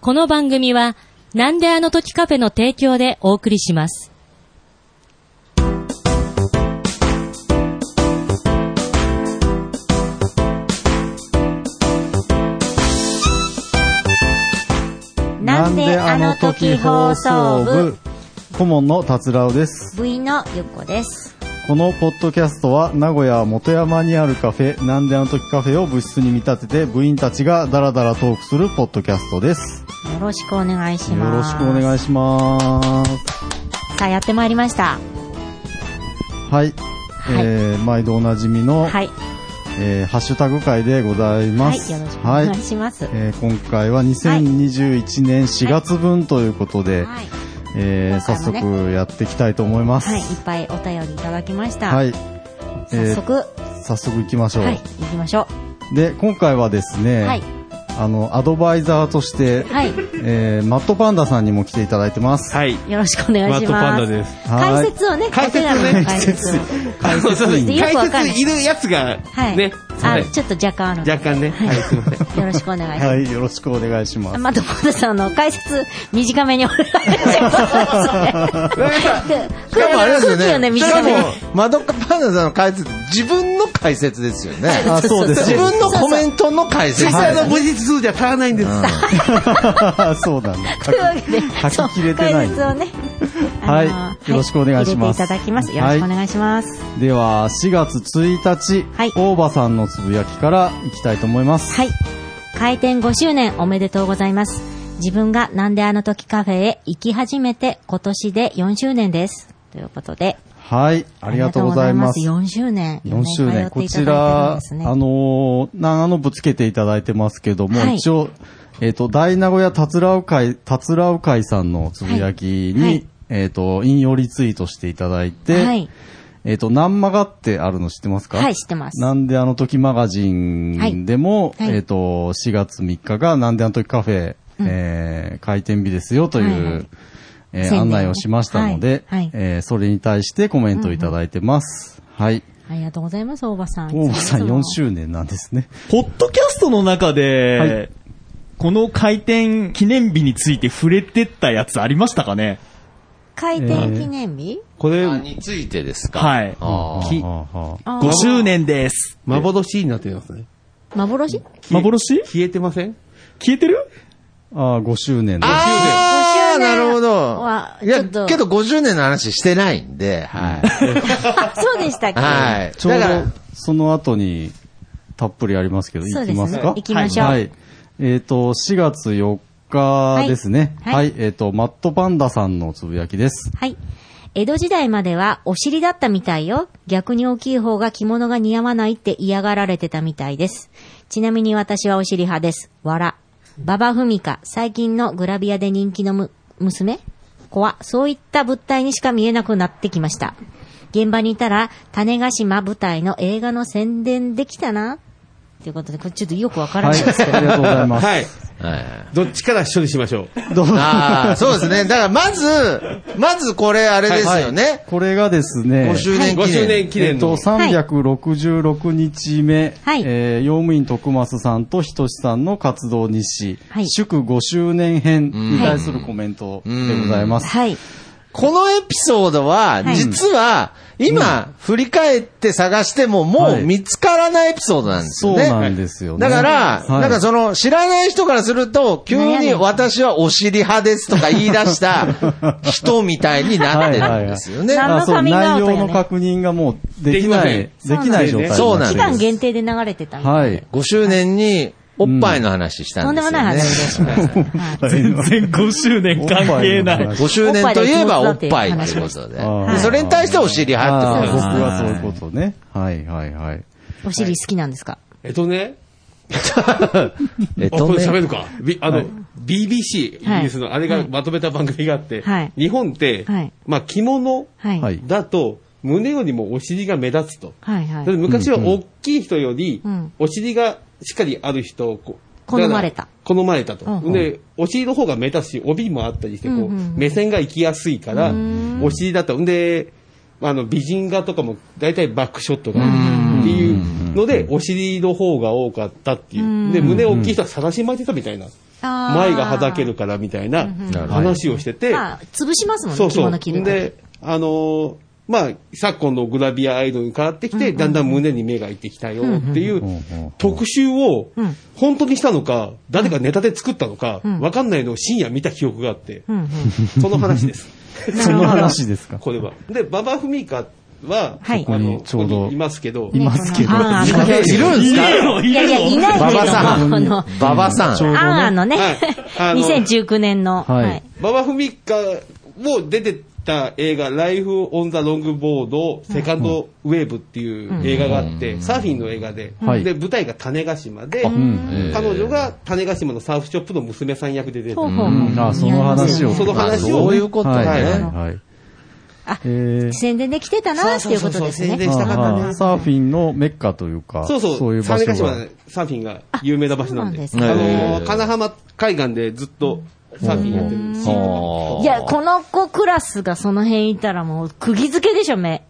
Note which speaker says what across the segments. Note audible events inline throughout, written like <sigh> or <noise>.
Speaker 1: この番組は、なんであの時カフェの提供でお送りします。
Speaker 2: なんであの時放送部
Speaker 3: 顧問の達郎です
Speaker 2: 部員のゆっこです。
Speaker 3: このポッドキャストは名古屋元山にあるカフェなんであの時カフェを部室に見立てて部員たちがダラダラトークするポッドキャストです
Speaker 2: よろしくお願いし
Speaker 3: よろ
Speaker 2: ます。
Speaker 3: しくお願いします
Speaker 2: さあ、やってまいりました。
Speaker 3: はい、えー、毎度おなじみの、
Speaker 2: はい。
Speaker 3: えーハッシュタグ会でござい
Speaker 2: は
Speaker 3: ま
Speaker 2: い。
Speaker 3: す
Speaker 2: よろしくお願い
Speaker 3: はい
Speaker 2: します。はい。
Speaker 3: えー今回は2021年4月分ということで、
Speaker 2: はい。
Speaker 3: えー
Speaker 2: 今
Speaker 3: 早
Speaker 2: 回もね
Speaker 3: 速やっていきたいと思います。
Speaker 2: いっぱいお便りいただきました。
Speaker 3: はい。
Speaker 2: 早速、
Speaker 3: 早速行きましょう。
Speaker 2: はい。行きましょ
Speaker 3: で、今回はです
Speaker 2: う。
Speaker 3: ね、
Speaker 2: はい。
Speaker 3: あの、アドバイザーとして、
Speaker 2: はい。
Speaker 3: えーマットパンダさんにも来ていただいてます。
Speaker 4: はい。
Speaker 2: よろしくお願いし
Speaker 4: マ
Speaker 2: ます。
Speaker 4: ットパンダです。
Speaker 3: は
Speaker 2: 解
Speaker 3: い
Speaker 2: 説をね、
Speaker 4: 解説ね
Speaker 2: お手紙の解説を。
Speaker 4: あの、そう
Speaker 2: よくわかんない
Speaker 4: 解説いるやつが、
Speaker 2: はい。
Speaker 4: ね。は
Speaker 2: あ、
Speaker 4: い。
Speaker 2: ちょっと若干あるので。
Speaker 4: 若干ね。はい、すいません。
Speaker 2: よろしくお願いします。
Speaker 3: はい、よろしくお願いします。
Speaker 2: マットパンダさんの解説、短めにお願いします。空気空気をね、
Speaker 5: しか
Speaker 2: 短め
Speaker 5: も
Speaker 2: に。、
Speaker 5: マドカパンダさんの解説、自分の解説ですよね。
Speaker 3: あ、そうです。
Speaker 5: 自
Speaker 3: <laughs>
Speaker 5: 分のコメントの解
Speaker 4: 実
Speaker 5: 説。
Speaker 4: 際の文字数じゃ足らないんです。
Speaker 3: そうなんだ。
Speaker 2: という <laughs> わけで、
Speaker 3: 書き切れてない
Speaker 2: そう解説をね。
Speaker 3: は
Speaker 2: あ
Speaker 3: い
Speaker 2: のー
Speaker 3: よろしくお願いします
Speaker 2: 入れていただきます。よろしくお願いします。
Speaker 3: では、4月1日、
Speaker 2: はい
Speaker 3: 大場さんのつぶやきからいきたいと思います。
Speaker 2: はい。開店5周年おめでとうございます。自分がなんであの時カフェへ行き始めて今年で4周年です。ということで。
Speaker 3: はい、ありがとうございます。
Speaker 2: 4周年。
Speaker 3: 4周年。
Speaker 2: 通
Speaker 3: こ
Speaker 2: っていただいてる
Speaker 3: ち
Speaker 2: ん
Speaker 3: ら、あ
Speaker 2: ですね
Speaker 3: のー、長野ぶつけていただいてますけども、
Speaker 2: はい
Speaker 3: 一応、えっ、と、大名古屋たつらう会、たつらう会さんのつぶやきに、
Speaker 2: はいはい
Speaker 3: えっ、と、引用リツイートしていただいて、
Speaker 2: はい
Speaker 3: えっ、と、なんまがってあるの知ってますか
Speaker 2: はい、知ってます。
Speaker 3: なんであの時マガジンでも、
Speaker 2: はいはい
Speaker 3: えっ、と、4月3日がなんであの時カフェ、えー開店日ですよという、
Speaker 2: はいはい
Speaker 3: えー
Speaker 2: 宣伝を
Speaker 3: 案
Speaker 2: ね
Speaker 3: 内をしましたので、
Speaker 2: はいはい
Speaker 3: えーそれに対してコメントをいただいてます。はい。
Speaker 2: ありがとうございます、大場さん。
Speaker 3: 大場さん
Speaker 2: いつも
Speaker 3: 4周年なんですね。
Speaker 6: ポッドキャストの中で、
Speaker 3: はい
Speaker 6: この開店記念日について触れてったやつありましたかね
Speaker 2: 開店記念日、
Speaker 4: これ、
Speaker 5: あについてですか
Speaker 6: はい。
Speaker 5: あー
Speaker 4: き
Speaker 3: はあはあ
Speaker 2: あー
Speaker 6: ?5 周年です。
Speaker 4: 幻になってますね。
Speaker 2: 幻
Speaker 3: <laughs>
Speaker 6: 幻
Speaker 4: 消えてません
Speaker 6: 消えてる
Speaker 3: ああ、5周年です。
Speaker 5: あ
Speaker 2: 50
Speaker 5: ー、
Speaker 2: 年
Speaker 5: なるほ
Speaker 2: は
Speaker 5: ど。い
Speaker 2: ちょっ
Speaker 5: や、
Speaker 2: と
Speaker 5: けど50年の話してないんで、はい。
Speaker 2: あ、そうでしたっけ
Speaker 5: はい。
Speaker 3: ちょう
Speaker 5: だから
Speaker 3: ど、その後にたっぷりありますけど、
Speaker 2: そう
Speaker 3: い
Speaker 2: で
Speaker 3: き
Speaker 2: すね
Speaker 3: ますか
Speaker 2: 行きましょう
Speaker 3: はい。えっ、と、4月4日ですね。
Speaker 2: は
Speaker 3: はいい。
Speaker 2: はい
Speaker 3: えっ、と、マットパンダさんのつぶやきです。
Speaker 2: はい。江戸時代まではお尻だったみたいよ。逆に大きい方が着物が似合わないって嫌がられてたみたいです。ちなみに私はお尻派です。わら。ババフミカ、最近のグラビアで人気のむ、娘子は、そういった物体にしか見えなくなってきました。現場にいたら、種ヶ島舞台の映画の宣伝できたな。ということで、これちょっとよくわから
Speaker 3: は。
Speaker 2: ないいですけど。
Speaker 3: ありがとうございます。
Speaker 4: はい。
Speaker 5: はい
Speaker 4: どっちから処理しましょう。
Speaker 3: どうぞ
Speaker 5: ああ、そうですね。だから、まず、まずこれ、あれですよね。
Speaker 3: これがですね
Speaker 5: 5、周年記
Speaker 4: 5
Speaker 5: 念。
Speaker 4: 周年記
Speaker 3: えっ
Speaker 4: 念
Speaker 3: と、
Speaker 4: の。
Speaker 3: 366日目、
Speaker 2: はい
Speaker 3: えー、用務員徳増さんと仁さんの活動日誌、
Speaker 2: はい
Speaker 3: 祝5周年編に対するコメントでございます。
Speaker 2: はい。
Speaker 5: このエピソードは、
Speaker 2: はい
Speaker 5: 実は、今、振り返って探しても、も
Speaker 3: は
Speaker 5: う
Speaker 3: い
Speaker 5: 見つからないエピソードなんです
Speaker 3: そう
Speaker 5: よね。
Speaker 3: なんですよね。
Speaker 5: だから、
Speaker 3: はい
Speaker 5: なんかその、知らない人からすると、急に私はお尻派ですとか言い出した人みたいになってるんですよね。
Speaker 2: はいはいはい
Speaker 3: あそ
Speaker 2: 何のカ
Speaker 3: う
Speaker 2: ミングアウ
Speaker 3: 内
Speaker 2: トやね
Speaker 3: 容の確認がもうできない、
Speaker 2: で
Speaker 3: で
Speaker 2: き
Speaker 3: き
Speaker 2: ま
Speaker 3: な
Speaker 2: せ
Speaker 3: い
Speaker 2: ん
Speaker 3: 状態
Speaker 5: そうなん
Speaker 2: 期
Speaker 5: です
Speaker 2: 間限定で流れてたみたい
Speaker 3: は
Speaker 2: で
Speaker 3: い。
Speaker 5: 5周年に、おっぱいの話した
Speaker 2: とん
Speaker 5: ん
Speaker 2: で
Speaker 5: です
Speaker 2: も
Speaker 5: よ
Speaker 2: ない話。
Speaker 5: ね
Speaker 2: をしました。はい
Speaker 6: <laughs> 全然5周年関係な
Speaker 3: おっぱ
Speaker 6: い。
Speaker 5: 5周年といえばおっぱいということで。
Speaker 3: はい
Speaker 5: でそれに対してお尻
Speaker 3: あ
Speaker 5: 派
Speaker 3: あ
Speaker 5: って
Speaker 3: 僕
Speaker 5: こと
Speaker 3: はそういうことね。はいはいはい。
Speaker 2: お尻好きなんですか
Speaker 4: えっ
Speaker 2: <laughs>
Speaker 4: とね、
Speaker 5: えっ
Speaker 4: あ、ことれ喋
Speaker 5: ね、
Speaker 4: るか。びあの、BBC、イギリスのあれがまとめた番組があって
Speaker 2: はい、
Speaker 4: 日本って
Speaker 2: はい、
Speaker 4: まあ着物
Speaker 2: はい。
Speaker 3: は
Speaker 2: はいい。
Speaker 4: だと、胸よりもお尻が目立つと。
Speaker 2: はい。
Speaker 4: だって昔は大きい人より
Speaker 2: うん、
Speaker 4: お尻がしっかりある人をこう、
Speaker 2: 好まれた
Speaker 4: だから。好まれたと。
Speaker 2: うん
Speaker 4: で、お尻の方が目立つし、帯もあったりして、こう、
Speaker 2: うんうんうん
Speaker 4: 目線が行きやすいから、お尻だと。んで、あの、美人画とかも大体バックショットがあるっていうので、お尻の方が多かったっていう。で、胸大きい人は探し巻いてたみたいな。
Speaker 2: あー
Speaker 4: 前がはだけるからみたいな
Speaker 5: なるほど
Speaker 4: 話をしてて、
Speaker 2: まあ、潰しますもん
Speaker 4: そ
Speaker 2: ね、
Speaker 4: う
Speaker 2: 着
Speaker 4: そう。
Speaker 2: 物着ると。
Speaker 4: で、あのーまあ、昨今のグラビアアイドルに変わってきて、だんだん胸に目がいってきたよってい
Speaker 3: うん
Speaker 4: う
Speaker 3: うん
Speaker 4: 特集を
Speaker 2: うん、
Speaker 4: 本当にしたのか、誰かネタで作ったのか
Speaker 2: ん、
Speaker 4: わかんないのを深夜見た記憶があって
Speaker 2: う、んうん。
Speaker 4: その話です。
Speaker 3: その話ですか。
Speaker 4: これは。で、馬場文香は、
Speaker 2: はい
Speaker 4: あの
Speaker 3: ここにちょうど
Speaker 4: ここにいますけど、
Speaker 3: いますけど。
Speaker 2: あー
Speaker 5: いるんすか
Speaker 2: いやいや、いない
Speaker 5: 馬
Speaker 2: け
Speaker 5: 場さ
Speaker 2: ども、こ
Speaker 5: ん
Speaker 2: の、。
Speaker 5: 馬場さ
Speaker 3: ち
Speaker 5: ん。
Speaker 3: ょうど
Speaker 2: あーあ
Speaker 3: ね。
Speaker 2: のね、
Speaker 4: はいあの
Speaker 2: 2019年の、
Speaker 3: はい
Speaker 2: はい。
Speaker 4: 馬場文香も出てた映画、ライフ・オン・ザ・ロング・ボード、セカンド・ウェーブっていう映画があって、サーフィンの映画で、
Speaker 3: はい
Speaker 4: で、舞台が種子島で、
Speaker 3: うん。
Speaker 4: 彼女が種子島のサーフショップの娘さん役で出て
Speaker 2: ほう
Speaker 4: た。
Speaker 2: ほう
Speaker 3: うんあーその話を。
Speaker 4: その話を
Speaker 5: まあそういうことね
Speaker 3: はいはいはい。
Speaker 2: あ
Speaker 3: えー
Speaker 2: 宣伝で来てたなっていうことです
Speaker 4: そうそうそう宣
Speaker 2: ね
Speaker 4: 伝。したかったね
Speaker 3: あーサーフィンのメッカというか、
Speaker 4: そうそう、
Speaker 3: いう場
Speaker 4: 種子
Speaker 3: 所
Speaker 4: 島
Speaker 3: が。
Speaker 4: サーフィンが有名な場所なんで、
Speaker 2: あ
Speaker 4: あ
Speaker 2: そうなん
Speaker 5: ですね
Speaker 4: のー金浜海岸でずっとサーフィンやってるんですよ。
Speaker 5: あー
Speaker 2: いや、この子クラスがその辺いたらもう、釘付けでしょ、目。
Speaker 4: ね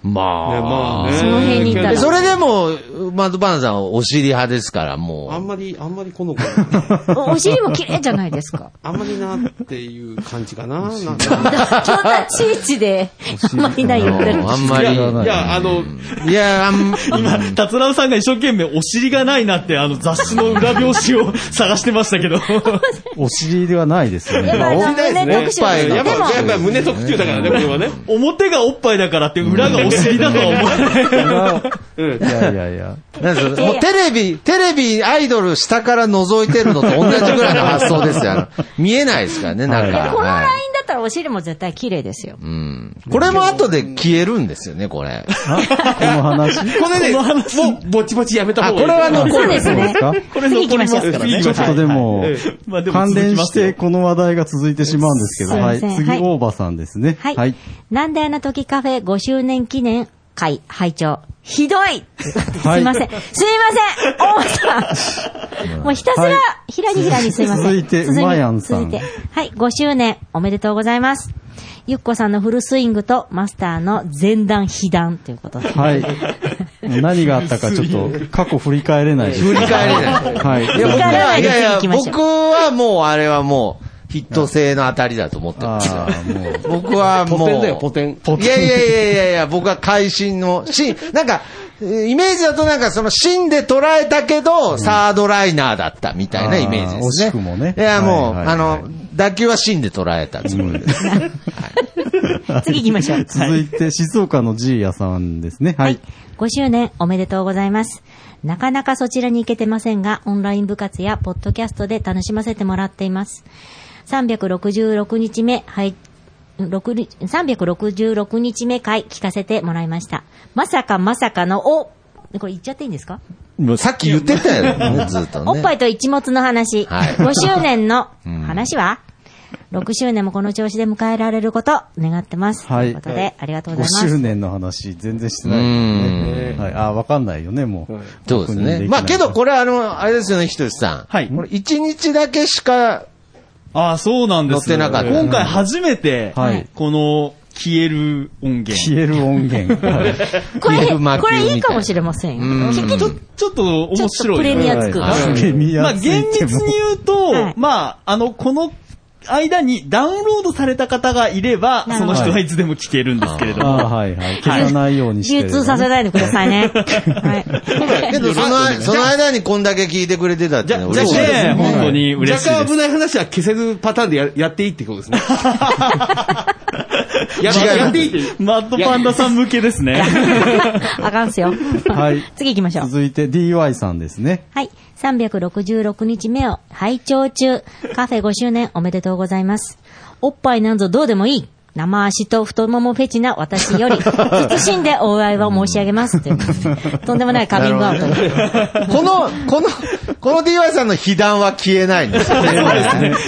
Speaker 4: ま
Speaker 5: ま
Speaker 4: あ
Speaker 5: あ
Speaker 4: ね
Speaker 2: その辺にいたら
Speaker 5: でそれでも、マドバーンさんはお尻派ですから、もう。
Speaker 4: あんまり、あんまりこの子が、
Speaker 2: おお尻も綺麗じゃないですか。
Speaker 4: あんまりなっていう感じかな。なんか
Speaker 2: そんなちいちで、あんまりない言ってる
Speaker 5: あ。んまり。
Speaker 4: い
Speaker 5: い
Speaker 4: やいや、あの、
Speaker 5: や、あん、
Speaker 6: 今、達郎さんが一生懸命お尻がないなって、あの雑誌の裏表紙を探してましたけど。
Speaker 3: お尻ではないですよ
Speaker 2: やっぱあ
Speaker 3: ね。
Speaker 2: の、
Speaker 4: です
Speaker 2: 胸特集
Speaker 5: ぱい
Speaker 2: で
Speaker 4: やっぱ、
Speaker 2: も、
Speaker 4: やっぱ胸特注だからね、これはね。
Speaker 6: 表がおっぱいだからって裏がお尻だとは思わない。
Speaker 4: うん
Speaker 3: い。やいやいや。
Speaker 5: なんですかもうテレビ、テレビ、アイドル下から覗いてるのと同じぐらいの発想ですよ。あの見えないですからね、なんか。
Speaker 2: このライン
Speaker 5: はい
Speaker 2: だったらお尻も絶対綺麗ですよ。
Speaker 5: うん。これも後で消えるんですよね、これ。
Speaker 3: あこの話。
Speaker 4: これね、
Speaker 6: この話
Speaker 4: もう、ぼちぼちやめた
Speaker 5: あ、
Speaker 4: 方
Speaker 5: こ
Speaker 4: がいい。
Speaker 5: れは残
Speaker 2: そうです
Speaker 3: そうで
Speaker 2: ね
Speaker 3: すか。
Speaker 6: これ残りますからね。
Speaker 3: ちょっとでも
Speaker 4: はい、
Speaker 6: まあでも
Speaker 3: 関
Speaker 6: 続き
Speaker 3: 連
Speaker 6: ま
Speaker 3: し
Speaker 6: すよ
Speaker 3: てこの話題が続いてしまうんですけど、は
Speaker 2: すいま
Speaker 3: い。
Speaker 2: せん
Speaker 3: 次、
Speaker 2: はい
Speaker 3: 大場さんですね。
Speaker 2: はい。なんであの時カフェ5周年記念会、拝聴。ひどいすいません。すいません大間さん
Speaker 3: <laughs>
Speaker 2: もうひたすら、
Speaker 3: はい
Speaker 2: ひらにひらにすいません。
Speaker 3: 続いて
Speaker 2: 進み
Speaker 3: うまやんさん
Speaker 2: 続いて。はい、5周年おめでとうございます。ゆっこさんのフルスイングとマスターの前段、被弾ということで。
Speaker 3: はい。何があったかちょっと過去振り返れないです。
Speaker 5: 振り返れない。
Speaker 3: はい。
Speaker 5: いや、僕
Speaker 2: 振り返らな
Speaker 5: は、
Speaker 2: い
Speaker 5: い
Speaker 2: で
Speaker 5: やい
Speaker 2: 行
Speaker 5: や
Speaker 2: き、ましょう
Speaker 5: 僕はもうあれはもう、ヒット性の当たりだと思ってますよ
Speaker 3: あ。あ、もう。
Speaker 5: 僕はもう。
Speaker 4: ポテンだよ、ポテン。
Speaker 5: いやいやいやいやいや、僕は会心の、し、なんか、えーイメージだとなんかその芯で捉えたけど、サードライナーだったみたいなイメージですね。
Speaker 3: あー惜しくもね
Speaker 5: いやもう、
Speaker 3: はいはいはい
Speaker 5: あの、打球は芯で捉えたつもりです。
Speaker 2: 次行きましょう。
Speaker 3: 続いて、静岡のじいやさんですね。
Speaker 2: は
Speaker 3: はいい。。
Speaker 2: 5周年おめでとうございます。なかなかそちらに行けてませんが、オンライン部活やポッドキャストで楽しませてもらっています。366日目、はい、6日366日目回聞かせてもらいました。まさかまさかの、おこれ言っちゃっていいんですか、
Speaker 5: もうさっき言ってたよね、ずっとね。
Speaker 2: おっぱいと一物の話。
Speaker 5: はい
Speaker 2: 5周年の
Speaker 5: うん
Speaker 2: 話は、?6 周年もこの調子で迎えられること願ってます。
Speaker 3: はい
Speaker 2: ということで、ありがとうご
Speaker 3: 5
Speaker 2: ざいます。
Speaker 3: 周年の話、全然してないですね。はい。ああ、わかんないよね、もう。
Speaker 5: そうです
Speaker 3: 確認で
Speaker 5: ね。
Speaker 3: き
Speaker 5: ま
Speaker 3: ない
Speaker 5: あけど、これあの、あれですよね、ひとしさん。
Speaker 6: はい
Speaker 5: これ一日だけしか、
Speaker 6: ああ、そうなんです
Speaker 5: 載ってなかった
Speaker 6: 今回初めて
Speaker 3: はい、
Speaker 6: この消える音源。
Speaker 3: 消える音源。はい
Speaker 2: こ
Speaker 5: ビ
Speaker 2: れ、
Speaker 5: ーフマキ
Speaker 2: これいいかも
Speaker 5: みた
Speaker 2: しれませんよ。
Speaker 5: うん
Speaker 2: 結局
Speaker 6: ちょっと面白い。
Speaker 2: ちょっとプレミアつく。
Speaker 5: はい
Speaker 3: はい
Speaker 5: うん
Speaker 6: まあ、厳密に言う
Speaker 2: はい
Speaker 6: と、まあ、あの、この間にダウンロードされた方がいれば、
Speaker 2: なる
Speaker 6: そ
Speaker 2: ほど
Speaker 6: の人はいつでも聞けるんですけれど
Speaker 3: あ
Speaker 6: も。
Speaker 3: あ、はいはい。消さないようにして。
Speaker 2: 流通させないでください
Speaker 3: <laughs>
Speaker 2: ね。はい。
Speaker 5: けど、その、その間にこんだけ聞いてくれてたっていうのは嬉しい
Speaker 4: じゃ
Speaker 5: で
Speaker 4: じ
Speaker 5: す
Speaker 4: ゃ
Speaker 5: ね
Speaker 6: ねえ、本当に嬉しい
Speaker 4: 若干
Speaker 6: で
Speaker 4: 危ない話は消せるパターンでややっていいってことです <laughs> ね。や
Speaker 5: 違う
Speaker 4: やっていいって。
Speaker 6: す。マッドパンダさん向けですね。
Speaker 2: あかんっすよ。
Speaker 3: はい
Speaker 2: 次行きましょう。
Speaker 3: 続いて、DY さんですね。
Speaker 2: はい。366日目を拝聴中。カフェ5周年おめでとうございます。おっぱいなんぞどうでもいい。生足と太ももフェチな私
Speaker 3: <laughs>
Speaker 2: より、謹んでお祝いを申し上げます。ということでとんでもないカミングアウト。
Speaker 5: この、この、この DY さんの被弾は消えないんですよね。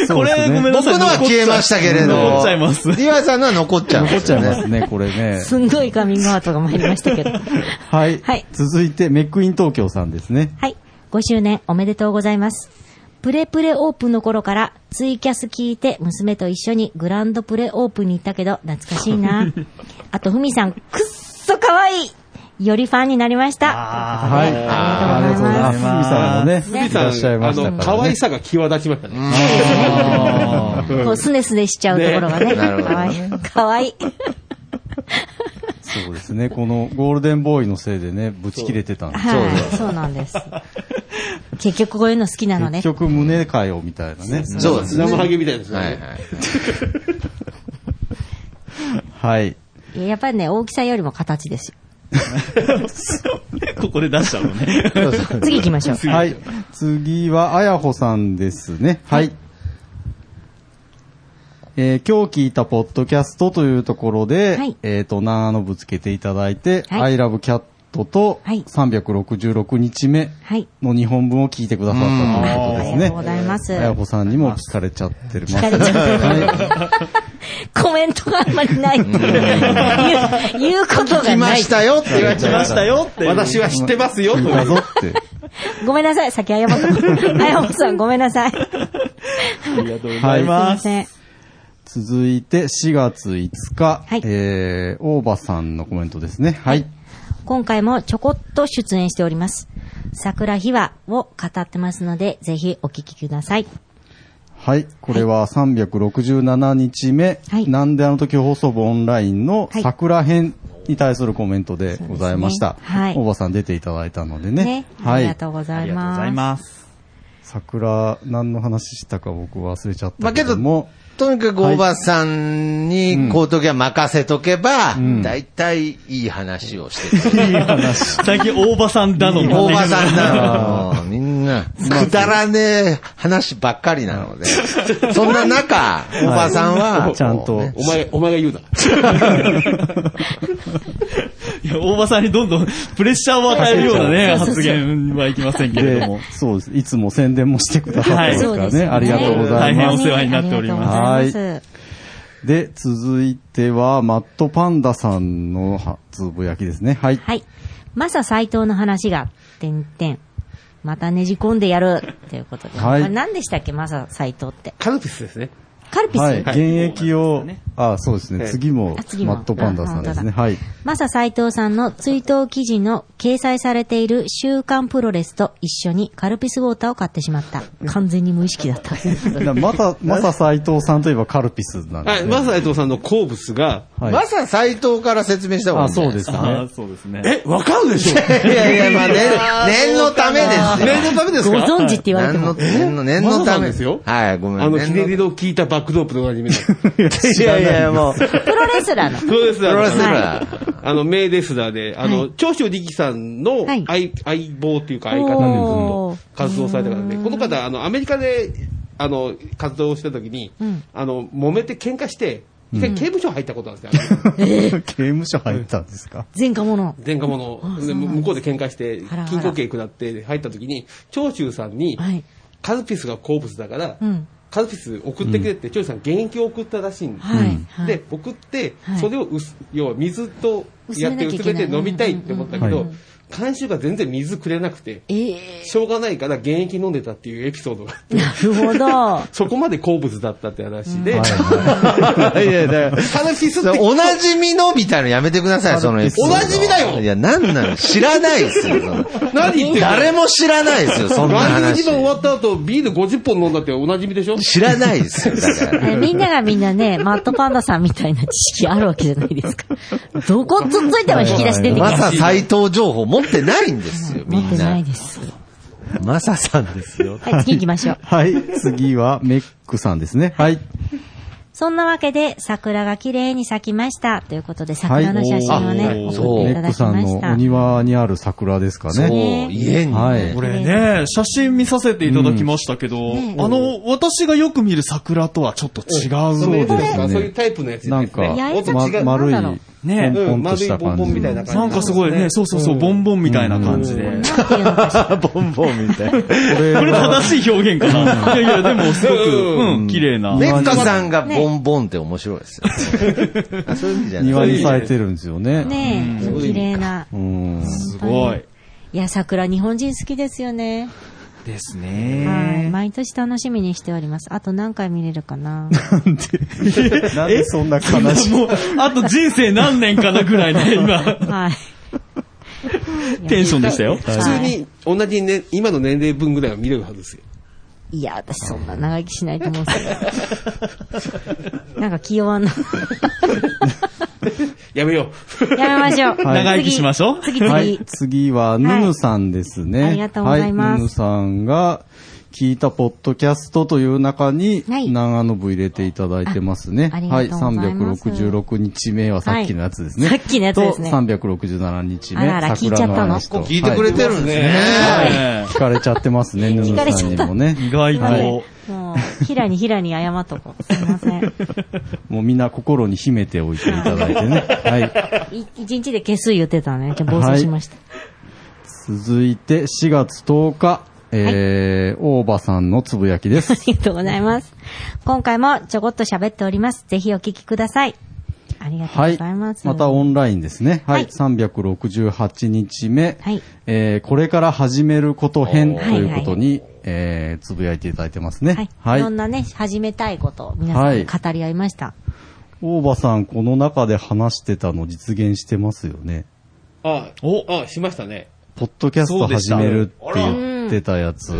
Speaker 6: これ、ごめんな
Speaker 5: 僕
Speaker 6: さい。
Speaker 5: のは消えましたけれど。
Speaker 6: 残っちゃいます。
Speaker 5: DY さんのは残っちゃうん
Speaker 3: 残
Speaker 5: で
Speaker 3: っ
Speaker 5: す
Speaker 3: ちゃ
Speaker 5: よ
Speaker 3: い
Speaker 5: ね。
Speaker 3: ますね、これね。
Speaker 2: すんごいカミングアウトが参りましたけど。
Speaker 3: はい
Speaker 2: はい。
Speaker 3: 続いて、メックイン東京さんですね。
Speaker 2: はい。5周年おめでとうございます。プレプレオープンの頃からツイキャス聞いて娘と一緒にグランドプレオープンに行ったけど懐かしいな。あとふみさんくっそかわいいよりファンになりました。
Speaker 3: あーはい。
Speaker 2: ありがとうございます
Speaker 3: ありがとうございます。ふ
Speaker 4: 富
Speaker 3: みさんもね、
Speaker 4: 士
Speaker 3: いらっしゃい
Speaker 4: 山、
Speaker 3: ま
Speaker 4: あ
Speaker 3: したから
Speaker 4: の、
Speaker 3: ね。
Speaker 4: 可愛さが際立ちましたね。
Speaker 5: あー
Speaker 2: こう、すねすねしちゃうところがね。
Speaker 5: ねなるほど
Speaker 2: かわいい。かわいい。
Speaker 3: そうですね。このゴールデンボーイのせいでね、ぶち切れてたんで。
Speaker 2: はい。そうなんです。結局こういうの好きなのね
Speaker 3: 結。局胸かよ、みたいなね。
Speaker 5: そうですね。
Speaker 4: 生ハゲみたいですね。
Speaker 5: はいはい。
Speaker 3: はい。
Speaker 2: いややっぱりね、大きさよりも形ですよ。
Speaker 6: <laughs> ここで出しちゃうのね。
Speaker 2: 次行きましょう。
Speaker 3: はい。次は、あやほさんですね。はい。えー今日聞いたポッドキャストというところで、
Speaker 2: はい
Speaker 3: えっ、と、7のぶつけていただいて、
Speaker 2: はい
Speaker 3: I love cat と
Speaker 2: はい
Speaker 3: 366日目
Speaker 2: はい。
Speaker 3: の日本文を聞いてくださったということ
Speaker 2: あ
Speaker 3: です
Speaker 2: りがとうご
Speaker 3: ね。
Speaker 2: ざいます
Speaker 3: あ。やほさんにも聞かれちゃってます。
Speaker 2: 聞かれちゃって
Speaker 3: はい
Speaker 2: コメントがあんまりないっていう、言う言うことが
Speaker 5: 来ま
Speaker 2: ない
Speaker 5: し。たよって言われ
Speaker 6: 来
Speaker 5: ちゃう
Speaker 6: ましたよっていう。
Speaker 4: 私は知ってますよ、と
Speaker 3: い
Speaker 4: いう
Speaker 3: たぞって。
Speaker 2: ごめんなさい。先謝った。あやほさん、ごめんなさい。す
Speaker 6: ありがとうござい
Speaker 2: い
Speaker 6: ま。
Speaker 2: ますせん。
Speaker 3: 続いて4月5日、
Speaker 2: はい
Speaker 3: えー、大場さんのコメントですね。はい。
Speaker 2: 今回もちょこっと出演しております。桜秘話を語ってますので、ぜひお聞きください。
Speaker 3: はい。これは367日目、
Speaker 2: はい
Speaker 3: なんであの時放送部オンラインの
Speaker 2: はい
Speaker 3: 桜編に対するコメントでございまし
Speaker 2: そ
Speaker 3: た。
Speaker 2: うですねはい
Speaker 3: 大場さん出ていただいたのでね。
Speaker 2: ね。あ
Speaker 3: は
Speaker 2: りが
Speaker 3: い。
Speaker 2: とうご
Speaker 6: あ
Speaker 2: ざ
Speaker 6: り
Speaker 2: い
Speaker 6: がとうご
Speaker 2: ま
Speaker 6: ざい
Speaker 2: す。
Speaker 6: ます。
Speaker 3: 桜、何の話したか僕忘れちゃっ
Speaker 5: ま
Speaker 3: た
Speaker 5: あけ
Speaker 3: け
Speaker 5: ど
Speaker 3: ども。、
Speaker 5: とにかくおばさんに、こういう時は任せとけば、大体いい話をしてくれる
Speaker 6: 最近、大場さんだの。
Speaker 5: 大場さんなの。みんな、くだらねえ話ばっかりなので。そんな中、おばさんは、
Speaker 3: ちゃんと
Speaker 5: こうね
Speaker 4: お前、お前が言うな。
Speaker 6: いや、大場さんにどんどんプレッシャーを与えるようなね、発言はいきませんけれど
Speaker 3: で
Speaker 6: も。、
Speaker 3: そうです。いつも宣伝もしてくださってます
Speaker 2: そう
Speaker 3: から
Speaker 2: で
Speaker 3: ね。
Speaker 2: すよ
Speaker 3: ありがとうござい
Speaker 6: 大変
Speaker 3: ま
Speaker 6: お
Speaker 3: す。
Speaker 6: 世話になっており
Speaker 3: ます
Speaker 2: ありがとうございます。
Speaker 3: で、続いては、マットパンダさんのはつぶやきですね。はい。
Speaker 2: はい。マサ斎藤の話が、てんてん。またねじ込んでやる。ということで。
Speaker 3: はい
Speaker 2: これ何でしたっけマサ斎藤って。
Speaker 4: カルピスですね。
Speaker 2: カルピス、
Speaker 3: はい。現役を
Speaker 6: ね、
Speaker 3: あ、そうですね。
Speaker 4: ええ
Speaker 3: 次も
Speaker 2: あ、次も
Speaker 3: マットパンダさんですね。
Speaker 2: あ本当だ
Speaker 3: はい。
Speaker 2: マサ斎藤さんの追悼記事の掲載されている週刊プロレスと一緒にカルピスウォーターを買ってしまった。完全に無意識だった。
Speaker 3: だまた、まさ斎藤さんといえばカルピスなんで
Speaker 4: は
Speaker 3: す
Speaker 4: い、
Speaker 3: ね。
Speaker 4: まさえとさんの好物が、
Speaker 3: はい
Speaker 5: まさ斎藤から説明した方がい
Speaker 3: あ、
Speaker 5: いんじゃ
Speaker 3: そ
Speaker 5: な
Speaker 3: う
Speaker 5: い
Speaker 3: ですね
Speaker 6: ああ、。そうですね。
Speaker 4: え、わかるでしょ
Speaker 5: いやいや、まあ、念念のためですよ
Speaker 4: 念。のためです
Speaker 2: ご
Speaker 4: か
Speaker 2: 存知って言われて
Speaker 5: 念の
Speaker 2: も。
Speaker 5: 念の念
Speaker 4: マ
Speaker 5: の
Speaker 4: サさ
Speaker 5: た
Speaker 4: ん
Speaker 5: め
Speaker 4: ですよ
Speaker 5: はい、ごめ
Speaker 4: あ
Speaker 5: ん
Speaker 4: の、
Speaker 5: 念
Speaker 4: ひ
Speaker 5: の
Speaker 4: ねりの効いたバックドープのおなじみの。プ
Speaker 5: いやいやいや、もう、プ
Speaker 2: プロレスラーの。
Speaker 4: ロレスラー
Speaker 5: ロ
Speaker 4: の
Speaker 5: レスラー。
Speaker 4: あの、名レスラーで、あ
Speaker 2: は
Speaker 4: の、長州力さんの
Speaker 2: はい
Speaker 4: 相相棒っていうか相方でずっ
Speaker 2: おー
Speaker 4: と活動された方で、この方、あの、アメリカで、あの、活動した時に
Speaker 2: うん、
Speaker 4: あの、揉めて喧嘩して、一回刑務所入ったことなん
Speaker 2: <laughs>
Speaker 4: ですよ。あの
Speaker 3: <laughs> 刑務所入ったんですか
Speaker 2: 前科者。
Speaker 4: 前科者。で向こうで喧嘩して
Speaker 2: あらあら、
Speaker 4: 金庫刑下って入った時に、長州さんに、
Speaker 2: はい。
Speaker 4: カルピスが好物だから、
Speaker 2: うん
Speaker 4: カルピス送ってくれって、長州さん現役を送ったらしいんですよ
Speaker 2: はい。はい
Speaker 4: で、送って
Speaker 2: はい、
Speaker 4: それを薄要は水とやって
Speaker 2: 薄めなきゃ
Speaker 4: 薄
Speaker 2: いけ
Speaker 4: め
Speaker 2: ない
Speaker 4: て飲みたいって思ったけ
Speaker 3: う
Speaker 4: ど
Speaker 3: ん、
Speaker 4: 監修が全然水くれなくて、
Speaker 2: ええ
Speaker 4: <laughs> しょうがないから現役飲んでたっていうエピソードがあって、
Speaker 2: なるほど。
Speaker 4: そこまで好物だったって話で、
Speaker 5: <laughs> いやいや、
Speaker 4: カルピスって
Speaker 5: おなじみのみたいなのやめてください、そのエピソード。
Speaker 4: おなじみだよ
Speaker 5: いや、なんなの知らないですよ。その
Speaker 4: 何言ってんの
Speaker 5: 誰も知らないですよ、そんな
Speaker 4: ランチ
Speaker 5: 話
Speaker 4: 時。分終わった後、ビール50本飲んだっておなじみでしょ
Speaker 5: 知らないですよ、だから。
Speaker 2: <laughs> えみんながみんなね、マットパンダさんみたいな知識あるわけじゃない
Speaker 5: <laughs>
Speaker 2: ですか。どこつっついても引き出してみ
Speaker 5: マ
Speaker 2: たい
Speaker 5: サ斎藤情報持ってないんですよ、み
Speaker 2: 持っ
Speaker 5: ん
Speaker 2: てな。
Speaker 5: ない
Speaker 2: です。
Speaker 5: マサさんですよ。
Speaker 2: はい、次行きましょう。
Speaker 3: はい。次は、メックさんですね。はい。
Speaker 2: そんなわけで、桜が綺麗に咲きました。ということで、桜の写真をね、
Speaker 5: はいおー
Speaker 2: 送って
Speaker 3: メ
Speaker 2: いた
Speaker 3: ッ
Speaker 2: だ
Speaker 3: ク
Speaker 2: き
Speaker 3: さ
Speaker 2: ま
Speaker 3: んの
Speaker 2: し
Speaker 3: お
Speaker 2: た。
Speaker 3: 庭にある桜ですか
Speaker 5: そう
Speaker 3: ね。、
Speaker 5: 家に。
Speaker 3: はい
Speaker 6: こ。れね、写真見させていただきましたけど、あの、私がよく見る桜とはちょっと違
Speaker 4: そう
Speaker 6: う。
Speaker 4: いう
Speaker 3: ですね
Speaker 4: そういうタイプのやつですね。
Speaker 3: なんか、
Speaker 2: や
Speaker 4: もっと
Speaker 3: ま
Speaker 4: 違う。
Speaker 3: 丸い、
Speaker 2: なんだろ
Speaker 6: ね
Speaker 3: ポンポンとした感
Speaker 4: うん丸いボンボン
Speaker 3: じ
Speaker 4: みたい
Speaker 3: の
Speaker 4: な。感じ。
Speaker 6: なんかすごいね、そうそうそう、ボンボンみたいな感じで。こ
Speaker 5: ボンボンみたいな。
Speaker 6: れ正しい表現かな。いやいや、でもすごく、
Speaker 4: う
Speaker 6: う
Speaker 4: ん
Speaker 6: ん、綺麗な。
Speaker 5: ネックさんがボンボンって面白いですよ。あそういう意味じゃな
Speaker 3: 庭
Speaker 5: い。
Speaker 3: に咲いてるんですよね。
Speaker 2: ねえ、綺麗な。
Speaker 3: うん。
Speaker 6: すごい。
Speaker 2: いや、桜、日本人好きですよね。
Speaker 6: です
Speaker 2: はい。
Speaker 6: ね。
Speaker 2: 毎年楽しみにしております。あと何回見れるかな。
Speaker 5: <laughs>
Speaker 3: なんでそんな悲しい
Speaker 6: <laughs> もう、あと人生何年かなぐらいね、今。
Speaker 2: はい。
Speaker 6: テンションでしたよ。
Speaker 4: 普通に同じ、ね、今の年齢分ぐらいは見れるはずですよ。
Speaker 2: いや、私そんな長生きしないと思うんですけど。なんか気弱な。
Speaker 4: やめよう。
Speaker 2: やめましょう。
Speaker 3: はい
Speaker 6: 長生きしましょう
Speaker 2: <laughs> 次、次、
Speaker 3: はい
Speaker 2: 次。、
Speaker 3: 次は、ヌヌさんですね。
Speaker 2: はいありがとうございます
Speaker 3: はヌヌさんが、聞いたポッドキャストという中に、
Speaker 2: はい
Speaker 3: 長野部入れていただいてますね。
Speaker 2: あありがとうございます
Speaker 3: はい、366日目はさっきのやつですね。
Speaker 2: はいさっきのやつですね
Speaker 3: と、367日目。
Speaker 2: あらあら聞いちゃったの
Speaker 3: 桜話と
Speaker 5: 聞いてくれてるんですね。
Speaker 6: え
Speaker 3: 聞かれちゃってますね、ヌヌさんにもね。
Speaker 6: え意外
Speaker 2: は
Speaker 6: と。
Speaker 2: いもう、ひらにひらに謝っとこう。すいませ
Speaker 3: <laughs>
Speaker 2: ん。
Speaker 3: もうみんな心に秘めておいていただい
Speaker 2: <laughs>
Speaker 3: てね。はい。
Speaker 2: い一日で消す言ってたね。じゃあ暴走しました。
Speaker 3: 続いて、4月10日、えー、大場さんのつぶや
Speaker 2: <laughs>
Speaker 3: きです。
Speaker 2: ありがとうございます。今回もちょこっと喋っております。ぜひお聞きください。ありがとう
Speaker 3: は
Speaker 2: ご
Speaker 3: い。
Speaker 2: ざいます。
Speaker 3: またオンラインですね。は
Speaker 2: は
Speaker 3: い。
Speaker 2: い
Speaker 3: 368日目。
Speaker 2: はい
Speaker 3: えーこれから始めること編と
Speaker 2: はい
Speaker 3: いうことに、えーつぶやいていただいてますね。
Speaker 2: は
Speaker 3: はいい。。
Speaker 2: いろんなね、始めたいことを皆さんで語り合いました。
Speaker 3: 大場さん、この中で話してたの実現してますよね。
Speaker 4: あ
Speaker 6: お
Speaker 4: あ、しましたね。
Speaker 3: ポッドキャスト始めるって言ってたやつ。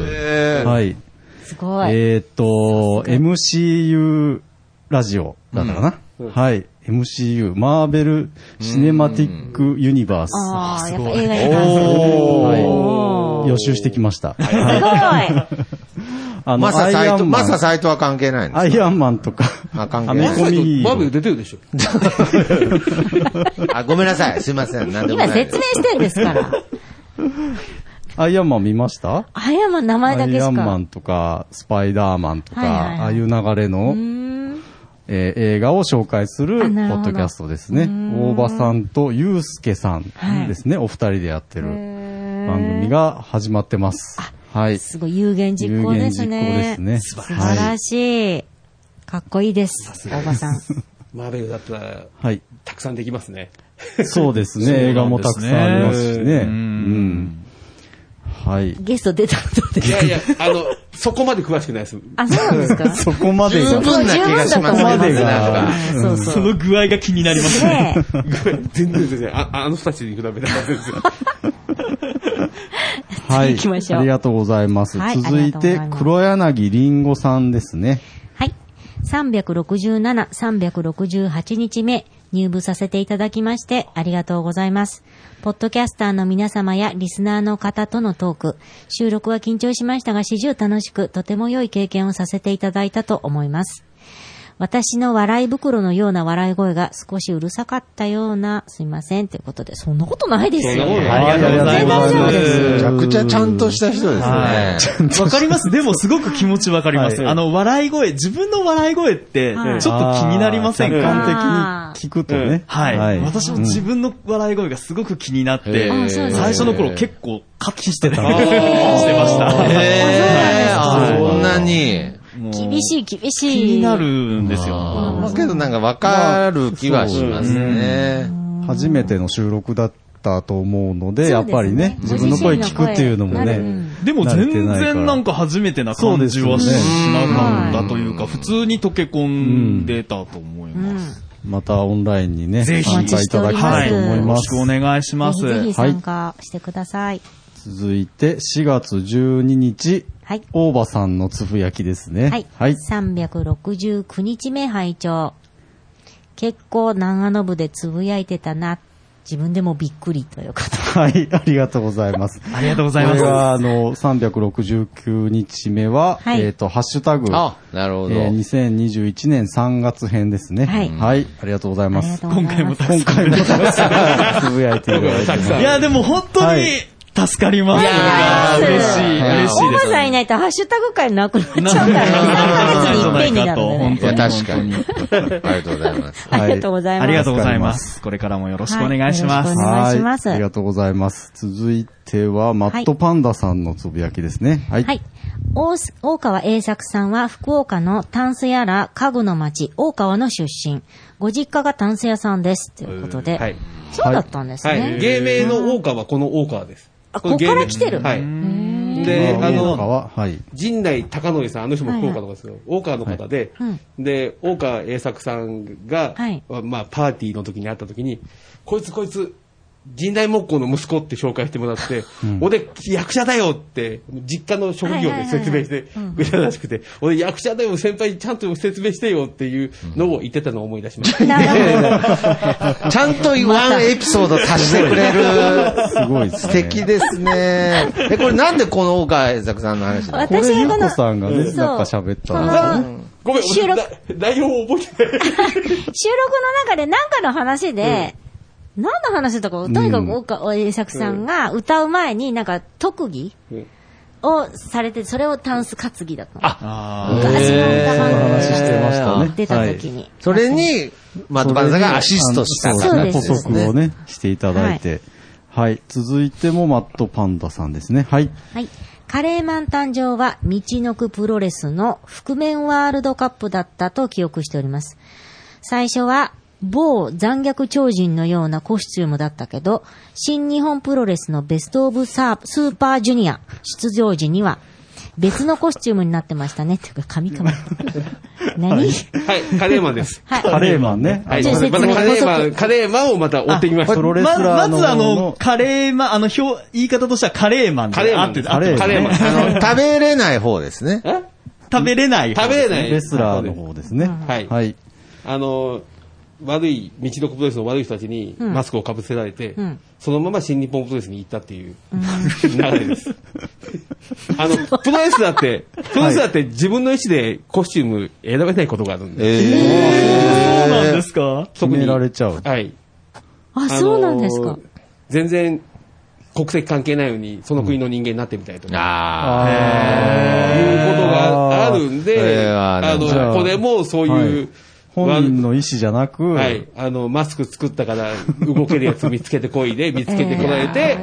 Speaker 3: はい。
Speaker 2: すごい。
Speaker 3: えーっと、MCU ラジオだったかな、はい。MCU、マーベル・シネマティック・ユニバース。
Speaker 2: ああ、やっぱ映画や
Speaker 3: はい。予習してきました。はい
Speaker 2: な。すごい。
Speaker 3: あ
Speaker 5: マササイト、マ
Speaker 3: マ
Speaker 5: ササイトは関係ないんです
Speaker 3: アイアンマンとか、
Speaker 5: あ関係
Speaker 3: ア
Speaker 5: ない
Speaker 3: メ
Speaker 4: マ
Speaker 5: マ
Speaker 4: サ
Speaker 5: サ
Speaker 3: コ
Speaker 4: イ
Speaker 3: ミ
Speaker 4: とバーベル出てるでしょ。
Speaker 5: あ、ごめんなさい。すいません。なんでもな
Speaker 2: 今
Speaker 5: い。
Speaker 2: 説明してんですから。
Speaker 3: アイアンマン見ました
Speaker 2: あやま名
Speaker 3: ア
Speaker 2: 前だけし
Speaker 3: イアンマ
Speaker 2: か。
Speaker 3: ンとか、スパイダーマンとか、
Speaker 2: はいはいはい
Speaker 3: ああいう流れの、えー映画を紹介する
Speaker 2: あ
Speaker 3: ポ
Speaker 2: なるほど
Speaker 3: ッドキャストですね。大場さんとゆうすけさんですね、お二人でやってる番組が始まってます。はい。
Speaker 2: すごい有言実行ですね。
Speaker 3: 有言実行です
Speaker 2: 素
Speaker 3: ね
Speaker 2: 晴らしい。かっこいいです。大場さん。
Speaker 4: マーベルだったら、
Speaker 3: はい。
Speaker 4: たくさんできますね。
Speaker 3: そうです
Speaker 6: <laughs> そうなんですね
Speaker 3: ね。映画もたくさんありますしね。
Speaker 6: う
Speaker 3: うんん。はい。
Speaker 2: ゲスト出たことで
Speaker 3: <laughs>
Speaker 4: い。やいや、あの、そこまで詳しくないです。 <laughs>
Speaker 2: あ、そうなんですか
Speaker 3: そこまで
Speaker 2: 十 <laughs>
Speaker 3: が
Speaker 2: 分、十分だと思います。そうそ。
Speaker 6: そうの具合が気になりますね。
Speaker 2: ねえ
Speaker 4: 全然全然、あああの人たちに比べたら全然。
Speaker 3: は
Speaker 2: 次行きましょう
Speaker 3: ありがとうございます。
Speaker 2: はい
Speaker 3: 続い
Speaker 2: ありがとうござい
Speaker 3: て
Speaker 2: ま、す
Speaker 3: 黒柳りんごさんですね。
Speaker 2: はい。367、368日目、入部させていただきまして、ありがとうございます。ポッドキャスターの皆様やリスナーの方とのトーク、収録は緊張しましたが、始終楽しく、とても良い経験をさせていただいたと思います。私の笑い袋のような笑い声が少しうるさかったような、すいません、ということで、そんなことないですよ。
Speaker 6: ありがとうございま
Speaker 2: 全然大
Speaker 6: す
Speaker 2: 丈夫です
Speaker 5: めちゃくちゃちゃんとした人ですね。
Speaker 6: わかります。でもすごく気持ちわかります。
Speaker 3: はい
Speaker 6: あの、笑い声、自分の笑い声って、ちょ
Speaker 2: は
Speaker 6: っ
Speaker 2: い
Speaker 6: と気になりません
Speaker 3: 客
Speaker 6: か
Speaker 3: 観的
Speaker 2: あー
Speaker 3: に聞くとね。
Speaker 6: はい、
Speaker 3: 私
Speaker 6: 私も自分の笑い声がすごく気になって、
Speaker 5: うん
Speaker 2: あそうですね
Speaker 6: 最初の頃結構カキしてた。
Speaker 3: へー
Speaker 6: <laughs> してました。
Speaker 5: えー、
Speaker 3: そう
Speaker 5: そん
Speaker 3: な
Speaker 5: なんに。
Speaker 2: 厳しい、厳しい。
Speaker 6: 気になるんですよ。
Speaker 5: まあけどなんかわかる気はしますね。
Speaker 3: 初めての収録だったと思うので、
Speaker 2: そうですね
Speaker 3: やっぱりね、自分の声聞くっていうのも
Speaker 2: ご自
Speaker 3: ね
Speaker 2: 身の声うん。
Speaker 6: でも全然なんか初めてな感じはしなかったというか、普通に溶け込んでたと思います。
Speaker 3: またオンラインにね、
Speaker 6: ぜひ
Speaker 3: 参加いただきたいと思い
Speaker 6: よ
Speaker 3: ま
Speaker 6: ろ
Speaker 3: す
Speaker 6: し。くお願いします。
Speaker 2: ぜひぜひ
Speaker 6: は
Speaker 2: 参加してください。
Speaker 3: 続いて、4月12日、
Speaker 2: はい
Speaker 3: 大場さんのつぶやきですね。
Speaker 2: はい。369日目拝聴結構長野部でつぶやいてたな。自分でもびっくりということ。
Speaker 3: はい、 <laughs> ありがとうございます。
Speaker 6: ありがとう
Speaker 3: こ
Speaker 6: ございま
Speaker 3: れ
Speaker 6: す。
Speaker 3: は、あの、369日目は、
Speaker 2: はい
Speaker 3: えっ、と、ハッシュタグ、
Speaker 5: あ、なるほど。
Speaker 3: えー2021年3月編ですね。
Speaker 2: はい
Speaker 3: ありがとうござい
Speaker 2: あ
Speaker 3: ま
Speaker 2: りが
Speaker 3: す
Speaker 2: と。うございます。
Speaker 6: 今回もた
Speaker 3: 今回もつぶやいていただいてます。
Speaker 6: いや、でも本当
Speaker 3: は
Speaker 6: に
Speaker 3: い
Speaker 6: 助かります。
Speaker 2: いやいや
Speaker 6: 嬉しい、
Speaker 5: いや
Speaker 6: 嬉しい
Speaker 2: 大
Speaker 6: で
Speaker 2: 場
Speaker 6: す。
Speaker 2: さんいないとハッシュタグ会なくなっちゃうからね。3ヶ月に一遍になるの
Speaker 6: 本
Speaker 2: ね。
Speaker 5: い
Speaker 6: 当
Speaker 5: や、
Speaker 6: に
Speaker 5: 確かに。ありがとうございます。
Speaker 3: 当に
Speaker 2: ありがとうござい
Speaker 6: あ
Speaker 2: ま
Speaker 6: りが
Speaker 2: す。
Speaker 6: とうございます。これからもよろしくお願いします。
Speaker 2: お願いします
Speaker 3: はありがとうございます。続いては、マットパンダさんのつぶやきですね。はい。
Speaker 2: はい。大す大川栄作さんは福岡のタンスやら家具の町、大川の出身。ご実家がタンス屋さんです。ということで。
Speaker 4: はい。
Speaker 2: そうだったんですね。
Speaker 4: はい。芸名の大川はこの大川です。
Speaker 2: あ
Speaker 4: の芸名
Speaker 2: ここから来てる
Speaker 4: はい。で、
Speaker 3: ま
Speaker 4: あ
Speaker 3: 大川
Speaker 4: の、
Speaker 3: は、はい。
Speaker 4: 陣内隆則さん、あの人も福岡の方ですけど、大川の方で、
Speaker 2: うん
Speaker 4: で、大川栄作さんが、
Speaker 2: はい
Speaker 4: まあ、パーティーの時に会った時に、こいつこいつ、陣内木工の息子って紹介してもらって、俺役者だよって、実家の職業で説明してくれたらしくて、俺役者だよ、先輩にちゃんと説明してよっていうのを言ってたのを思い出しま
Speaker 2: <laughs>
Speaker 4: した。
Speaker 2: なるほど。
Speaker 5: ちゃんとワンエピソード足してくれる。
Speaker 3: すごいです
Speaker 5: 素
Speaker 3: ね
Speaker 5: 敵ですね。え、これなんでこの岡江作さんの話なの
Speaker 3: これ、
Speaker 2: 私が
Speaker 3: ゆ
Speaker 2: こ
Speaker 3: う
Speaker 2: の
Speaker 3: こさんがね、な
Speaker 2: そ
Speaker 3: ん
Speaker 2: う
Speaker 3: か喋った
Speaker 2: この
Speaker 3: ら。
Speaker 4: ごめん、
Speaker 2: 収
Speaker 4: 俺
Speaker 2: 録
Speaker 4: な内容を覚えてない。
Speaker 2: 収録の中で何かの話で、何の話だったか、とにかく岡大江作さんが歌う前になんか特技
Speaker 4: うん
Speaker 2: をされて、それをタンス担ぎだったの。あ、
Speaker 6: あ
Speaker 2: 昔の歌番
Speaker 3: その話
Speaker 2: 組
Speaker 3: してましたね。
Speaker 2: 出た時に。
Speaker 5: それに、マットバンさんがアシストした
Speaker 2: それ
Speaker 5: 形
Speaker 2: で
Speaker 5: で
Speaker 2: あの
Speaker 5: す
Speaker 3: 補
Speaker 5: ね。
Speaker 3: 足をね、していただいて。はい。続いても、マットパンダさんですね。はい。
Speaker 2: はい。カレーマン誕生は、道のくプロレスの覆面ワールドカップだったと記憶しております。最初は、某残虐超人のようなコスチュームだったけど、新日本プロレスのベストオブサースーパージュニア出場時には、別のコスチュームになってましたね。っていうか、神々。
Speaker 4: <laughs>
Speaker 2: 何
Speaker 4: はい、カレーマンです。
Speaker 2: <laughs> は
Speaker 3: カ
Speaker 2: い。
Speaker 3: レーマンね。
Speaker 4: はい、
Speaker 2: じゃあ
Speaker 4: またカレーマン、カレーマンをまた追ってきまし
Speaker 3: プ
Speaker 4: た。
Speaker 3: ロレス
Speaker 6: まず、
Speaker 3: ラー
Speaker 6: ま
Speaker 3: の。
Speaker 6: ずあの、カレーマン、あの、表、言い方としてはカレーマンで。
Speaker 4: カレーマン
Speaker 6: 合ってた
Speaker 4: カレーマン
Speaker 6: 合ってた
Speaker 4: カレーマン
Speaker 5: あの食べれない方です
Speaker 4: <laughs>
Speaker 5: ね。
Speaker 4: え
Speaker 6: 食べれない。
Speaker 4: 食べれない。
Speaker 3: レスラーの方ですね。
Speaker 4: はい
Speaker 3: はい。
Speaker 4: あの、悪い、道のプロレスの悪い人たちに
Speaker 2: ん
Speaker 4: マスクをかぶせられて、
Speaker 2: ん
Speaker 4: そのまま新日本プロレスに行ったっていう流れです。あの、プロレスだって、プロレスだって自分の意思でコスチューム選べないことがあるんで、
Speaker 5: え
Speaker 6: そうなんですか
Speaker 3: 決められちゃう。
Speaker 4: はい。
Speaker 2: あ、
Speaker 4: あのー
Speaker 2: そうなんですか。
Speaker 4: 全然国籍関係ないように、その国の人間になってみたいと
Speaker 5: ー、
Speaker 4: か、
Speaker 5: あ
Speaker 4: いうことがあ
Speaker 3: あー
Speaker 4: るんで、
Speaker 5: えーあー
Speaker 4: あ
Speaker 3: じゃあ
Speaker 4: の、これもそういう、
Speaker 3: 本人の意思じゃなく、
Speaker 4: はい。あの、マスク作ったから動けるやつ見つけてこい
Speaker 2: <laughs>
Speaker 4: で、見つけてこられて、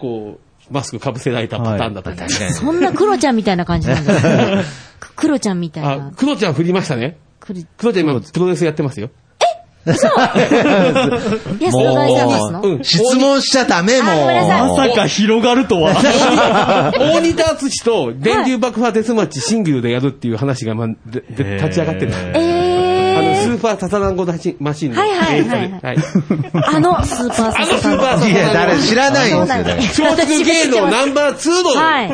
Speaker 4: こう、マスクかぶせられたパターンだったみたいです。
Speaker 2: そんなクロちゃんみたいな感じなんです
Speaker 4: <laughs>
Speaker 2: ね。くクロちゃんみたい
Speaker 4: あ
Speaker 2: な、。
Speaker 4: クロちゃん振りましたね。
Speaker 2: クロい
Speaker 4: クロちゃん今、プロレスやってますよ。
Speaker 2: や、
Speaker 5: ー
Speaker 2: その大さんですの
Speaker 4: うん。
Speaker 5: 質問しちゃダメ、もう。
Speaker 2: あごめんなさい
Speaker 6: まさか広がるとは。
Speaker 4: 大仁田敦と電流爆破デスマッチシングルでやるっていう話が、ま、でで立ち上がってるんですよ。
Speaker 2: え
Speaker 4: あの、
Speaker 2: ー
Speaker 4: スーパータタナンゴマシンの
Speaker 2: はいはい
Speaker 4: 映像で。
Speaker 2: はい
Speaker 4: はい。
Speaker 2: あのスーパーサ
Speaker 4: あ
Speaker 2: サ
Speaker 4: のスーパータタナンゴ
Speaker 5: いや、誰知らないんですよね。
Speaker 4: 小竹芸能ナンバー2
Speaker 2: は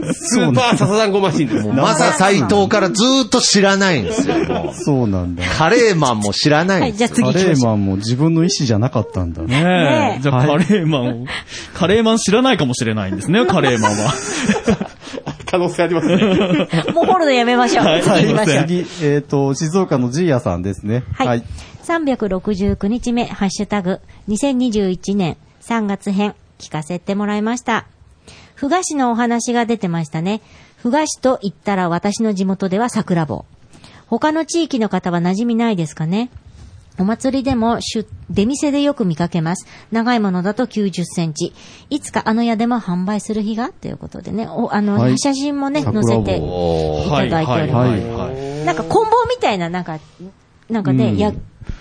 Speaker 4: の
Speaker 2: い。
Speaker 4: スーパータタナンゴマシンです。
Speaker 5: マサ斎藤からずーっと知らないんですよ、もう
Speaker 3: そうなんだ。
Speaker 5: カレーマンも知らな
Speaker 2: はいい、
Speaker 5: ん
Speaker 2: じ
Speaker 5: で
Speaker 2: ゃあ
Speaker 5: すよ。
Speaker 2: 次
Speaker 3: カ
Speaker 2: 行き
Speaker 3: レ
Speaker 2: ま
Speaker 3: ー
Speaker 2: しょう。
Speaker 3: マンも自分の意思じゃなかったんだね。
Speaker 6: ね
Speaker 2: ねえ
Speaker 6: え。じゃあ、カレーマンを、カレーマン知らないかもしれないんですね、カレーマンは。
Speaker 4: <laughs> 可能性あり
Speaker 6: <laughs>
Speaker 4: ますね。
Speaker 2: もうホールドやめましょう。
Speaker 6: はい
Speaker 2: 次行きましょう。
Speaker 3: 次、えっと、静岡のジーヤさんですね。
Speaker 2: はい。369日目、ハッシュタグ、2021年3月編、聞かせてもらいました。ふがしのお話が出てましたね。ふがしと言ったら私の地元では桜棒。他の地域の方は馴染みないですかねお祭りでも出、出店でよく見かけます。長いものだと90センチ。いつかあの屋でも販売する日がということでね。お、あの、
Speaker 3: はい
Speaker 2: 写真もね、載
Speaker 3: 桜棒
Speaker 2: せていただいております。
Speaker 3: はい
Speaker 6: い。
Speaker 2: なんか棍棒みたいな、なんか、なんかね、
Speaker 3: うん
Speaker 2: や、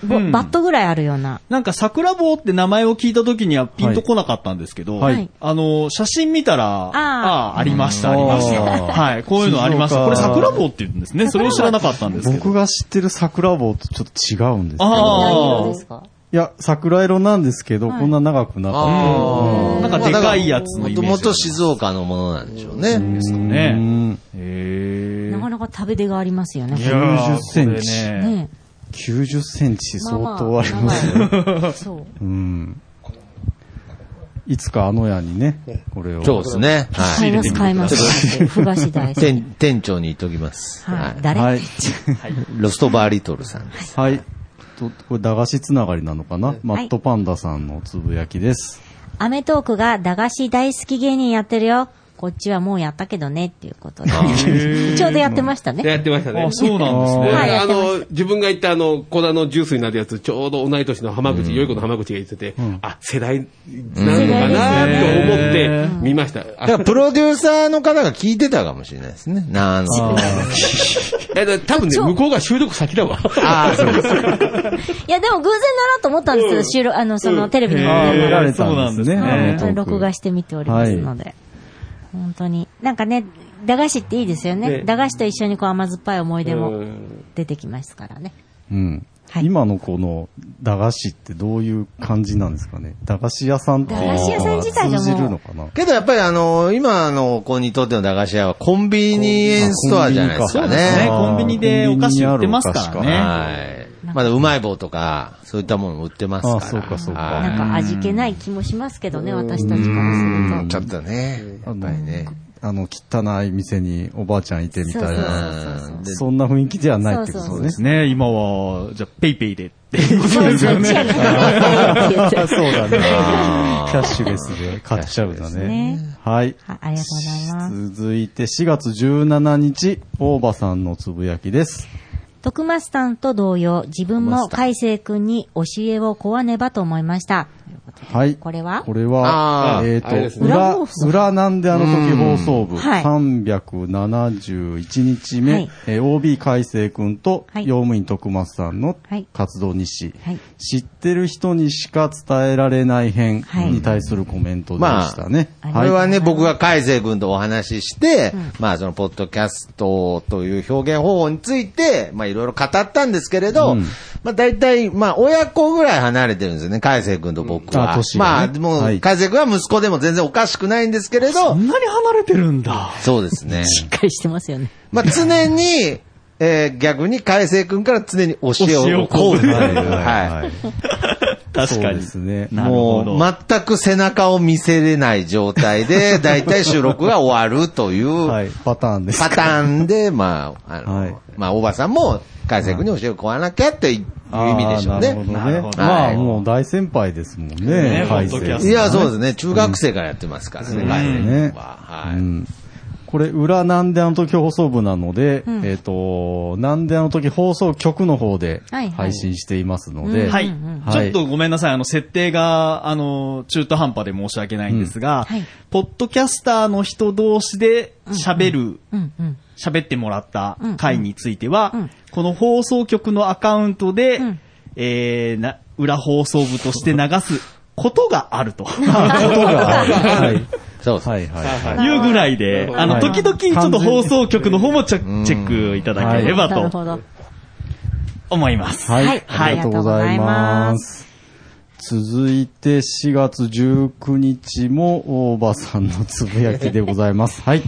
Speaker 2: ぼ
Speaker 6: うん
Speaker 2: バットぐらいあるような。
Speaker 6: なんか桜棒って名前を聞いた時にはピンとこなかったんですけど、
Speaker 3: はい
Speaker 2: はい
Speaker 6: あの、写真見たら、ああ、ありました、ありました。
Speaker 3: あー
Speaker 6: はい、こういうのありました。
Speaker 3: 静
Speaker 6: これ
Speaker 3: 岡
Speaker 6: 桜棒って言うんですね。それを知らなかったんですけど。
Speaker 3: 僕が知ってる桜棒とちょっと違うんですけど。
Speaker 6: あー
Speaker 2: 何色ですか
Speaker 3: いや、桜色なんですけど、
Speaker 2: はい
Speaker 3: こんな長くなかっ
Speaker 5: あー
Speaker 6: なんかでかいやつのイメージ
Speaker 5: もともと静岡のものなんでしょうね。
Speaker 3: た。
Speaker 6: ね
Speaker 3: うん
Speaker 6: へ
Speaker 2: なかなか食べ出がありますよね。
Speaker 6: いや
Speaker 3: 90
Speaker 6: ー
Speaker 3: センチ
Speaker 6: これね
Speaker 2: ね
Speaker 3: 90センチ
Speaker 2: まあま
Speaker 3: 相当ありますよ。
Speaker 2: 長いそう。
Speaker 3: うん。いつかあの家にね、これを。
Speaker 5: そうですね。は
Speaker 2: 買い
Speaker 5: い。
Speaker 2: ます、買います。ふがし大好き
Speaker 5: 店店長に言っときます。
Speaker 2: は。
Speaker 5: はいい。
Speaker 2: 誰、
Speaker 3: はい。
Speaker 5: ロストバーリトルさんです。
Speaker 3: はい。とこれ、駄菓子つながりなのかな、マットパンダさんのつぶやきです。
Speaker 2: アメトークが駄菓子大好き芸人やってるよ。こっちはもうやったけどね、っていうことで。 <laughs> ちょうどやってましたね。
Speaker 4: やってましたね。
Speaker 6: あ、そうなんです
Speaker 4: こ
Speaker 6: ね。
Speaker 4: れ
Speaker 2: はい
Speaker 4: あの、自分が言ったあの、粉のジュースになるやつ、ちょうど同い年の浜口、良い子の浜口が言ってて、あ、世代なのかなと思って見ました。
Speaker 5: だ
Speaker 4: あ
Speaker 5: からプロデューサーの方が聞いてたかもしれないですね。なんす
Speaker 3: あ
Speaker 4: えだ多分ね、向こうが収録先だわ。
Speaker 5: あー、そうです。
Speaker 2: いや、でも偶然だなと思ったんですけど、収録、あの、その、テレビの番組
Speaker 6: へー
Speaker 2: で
Speaker 3: られたんですね。
Speaker 6: そうなん
Speaker 2: はい
Speaker 6: で
Speaker 2: 本当に録画して見ておりますので。本当に。なんかね、駄菓子っていいですよね。
Speaker 4: ね
Speaker 2: 駄菓子と一緒にこう甘酸っぱい思い出
Speaker 4: う
Speaker 2: も
Speaker 4: ん
Speaker 2: 出てきますからね。
Speaker 3: うん
Speaker 2: はい
Speaker 3: 今のこの駄菓子ってどういう感じなんですかね駄菓子屋さんっていうの
Speaker 2: 駄菓子屋さん自体が
Speaker 3: は
Speaker 2: もう
Speaker 3: 通じるのかな
Speaker 5: けどやっぱりあの、今の子にとっての駄菓子屋はコンビニエンスストアじゃないですか
Speaker 6: そうですね
Speaker 5: ね。
Speaker 6: コンビニでお菓子売ってますからね
Speaker 3: コンビニにあるお菓子
Speaker 5: はい。まだうまい棒とか、そういったものも売ってますから。
Speaker 3: あそうかそうか
Speaker 5: はい
Speaker 2: なんか味気ない気もしますけどね、私たちから
Speaker 5: うん
Speaker 2: す
Speaker 5: ちょ
Speaker 2: る
Speaker 5: っとね。やっぱりね。
Speaker 3: あの、汚い店におばあちゃんいてみたいな。
Speaker 5: う
Speaker 3: そ
Speaker 5: んで
Speaker 3: んな雰囲気ではないってことね。
Speaker 6: ですね、今は、じゃあ、ペイペイでっていうこと
Speaker 2: と。
Speaker 6: ですよ
Speaker 2: っちや
Speaker 6: ね。
Speaker 2: ね
Speaker 3: <laughs> そうだね。
Speaker 5: <laughs> あー
Speaker 3: キャッシュレスで買っちゃうんだね。はい。
Speaker 2: あありがとうございます。
Speaker 3: 続いて4月17日、大場さんのつぶやきです。
Speaker 2: 徳マスさんと同様、自分も海星くんに教えを請わねばと思いました。
Speaker 3: はい。
Speaker 2: これは
Speaker 3: これは
Speaker 5: あ、ー
Speaker 3: えっ
Speaker 4: あれで
Speaker 3: と、
Speaker 4: す
Speaker 2: ね
Speaker 3: 裏
Speaker 2: 裏放、送
Speaker 3: 裏なんであの時放送部、
Speaker 2: うんはい
Speaker 3: 371日目、
Speaker 2: はい
Speaker 3: えー OB 海星くんと、
Speaker 2: はい
Speaker 3: 用務員徳松さんの
Speaker 2: はい
Speaker 3: 活動日誌、
Speaker 2: はい
Speaker 3: 知ってる人にしか伝えられない編
Speaker 2: はい
Speaker 3: に対するコメントでしたね。
Speaker 2: まあ
Speaker 5: これ
Speaker 3: はい。
Speaker 5: はね、僕が海星君とお話しして、まあそのポッドキャストという表現方法について、まあいろいろ語ったんですけれど、
Speaker 3: うん
Speaker 5: まあ大体、まあ親子ぐらい離れてるんですよね、海星君と僕
Speaker 3: あ
Speaker 5: は。
Speaker 3: 年
Speaker 5: ま
Speaker 3: が
Speaker 5: あ
Speaker 3: ね
Speaker 5: もう、
Speaker 3: はい
Speaker 5: 海星君は息子でも全然おかしくないんですけれ
Speaker 6: そ
Speaker 5: ど、
Speaker 6: んなに離れてるんだ。
Speaker 5: そうですね。
Speaker 2: しっかりしてますよね。
Speaker 5: まあ常に、えー逆に海星君から常に教えをこうという。
Speaker 3: はいはい
Speaker 5: は。
Speaker 3: はいい
Speaker 6: 確
Speaker 3: そ
Speaker 6: か
Speaker 3: うで
Speaker 6: に。
Speaker 3: すね。
Speaker 6: なる
Speaker 5: も
Speaker 6: ほど
Speaker 5: う、全く背中を見せれない状態で、大体収録が終わるという、
Speaker 3: はい。パターンです。
Speaker 5: パターンで、まあ、あの、
Speaker 3: はい
Speaker 5: まあ、おばさんも、海星君に教えをわなきゃっていう意味でしょう
Speaker 3: あーなるほ
Speaker 5: ね。
Speaker 3: どね
Speaker 6: なるほ。ど
Speaker 3: ま
Speaker 5: は
Speaker 3: あ、
Speaker 5: い
Speaker 3: もう大先輩ですもんね
Speaker 6: ね、
Speaker 3: 海
Speaker 6: ポッドキャ
Speaker 3: 星
Speaker 6: スト
Speaker 5: いや、そうですね。中学生からやってますからね、海星君は。は
Speaker 3: う
Speaker 5: い。
Speaker 3: んこれ、裏なんであの時放送部なので、えっ、と、なんであの時放送局の方で
Speaker 2: はいはい
Speaker 3: 配信していますので、
Speaker 6: はい
Speaker 3: ん。
Speaker 6: ちょっとごめんなさい。あの、設定が、あの、中途半端で申し訳ないんですが
Speaker 2: はい、
Speaker 6: ポッドキャスターの人同士で喋る、
Speaker 2: うんうん。
Speaker 6: 喋ってもらった回については
Speaker 2: うんうん、
Speaker 6: この放送局のアカウントで
Speaker 2: うん、
Speaker 6: えーな、裏放送部として流すことがあると。 <laughs>
Speaker 3: 音が、はい、
Speaker 5: <laughs> そうですね。
Speaker 3: はい、はい。
Speaker 4: はいはい
Speaker 6: いうぐらいで、あの、
Speaker 3: はい
Speaker 6: 時々ちょっと放送局の方もチェックチェックいただければ
Speaker 2: なる
Speaker 6: と
Speaker 2: ほど。
Speaker 6: 思います。
Speaker 3: はい、
Speaker 2: はい
Speaker 3: ありがとうございます。続いて4月19日も大場さんのつぶやきでござい
Speaker 2: <laughs>
Speaker 3: ます。はい。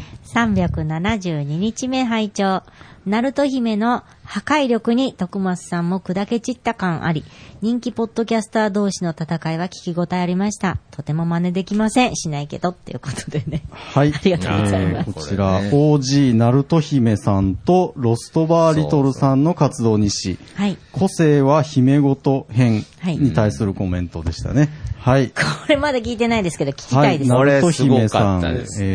Speaker 2: 372日目拝聴ナルト姫の破壊力に徳松さんも砕け散った感あり、人気ポッドキャスター同士の戦いは聞き応えありました。とても真似できません。しないけどっていうことでね。
Speaker 3: はい。
Speaker 2: ありがとうございます
Speaker 3: えーこちら、
Speaker 5: これね
Speaker 3: OG ナルト姫さんとロストバーリトルさんの活動日誌。
Speaker 2: はい。
Speaker 3: 個性は姫ごと編
Speaker 2: はい
Speaker 3: に対するコメントでしたね。はい。
Speaker 2: これまだ聞いてないですけど、聞きた
Speaker 3: はい
Speaker 2: です。
Speaker 3: ナ
Speaker 5: こ
Speaker 3: ル
Speaker 5: れ
Speaker 3: ト
Speaker 5: すご
Speaker 3: 姫
Speaker 5: か
Speaker 3: さ
Speaker 5: っ
Speaker 3: ん、
Speaker 5: た
Speaker 3: え
Speaker 5: ですね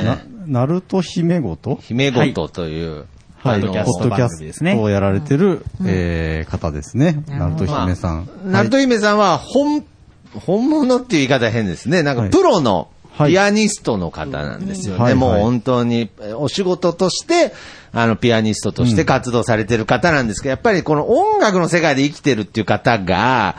Speaker 3: ーと、な、ナルト姫ごと
Speaker 5: 姫ごとという、
Speaker 3: はい、
Speaker 5: あ
Speaker 3: ポ
Speaker 5: の
Speaker 3: ッドキャス
Speaker 6: ね
Speaker 3: トをやられてる、えー方ですね。ナルト
Speaker 5: まあ
Speaker 3: 姫さん。
Speaker 5: ナルト姫さんは、本、本物っていう言い方変ですね。なんか、プロの、
Speaker 3: はい
Speaker 5: ピアニストの方なんですよね。
Speaker 3: はいはい
Speaker 5: もう本当に、お仕事として、あの、ピアニストとして活動されてる方なんですけど、やっぱりこの音楽の世界で生きてるっていう方が、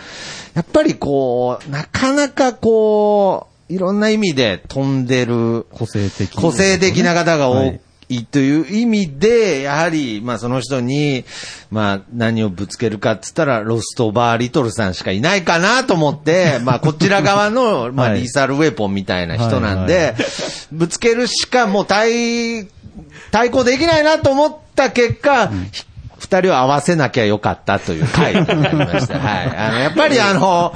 Speaker 5: やっぱりこう、なかなかこう、いろんな意味で飛んでる、
Speaker 3: 個性的。
Speaker 5: 個性的な方が
Speaker 3: は
Speaker 5: 多
Speaker 3: い
Speaker 5: いという意味で、やはり、まあその人に、まあ何をぶつけるかっつったら、ロストバーリトルさんしかいないかなと思
Speaker 3: <laughs>
Speaker 5: って、まあこちら側の、まあ
Speaker 3: はい
Speaker 5: リーサルウェポンみたいな人
Speaker 3: は
Speaker 5: なん
Speaker 3: いは
Speaker 5: で、ぶつけるしかもう対、対抗できないなと思った結果、ひ二人を合わせなきゃよかったという回になりました。はい。あの、やっぱりあの、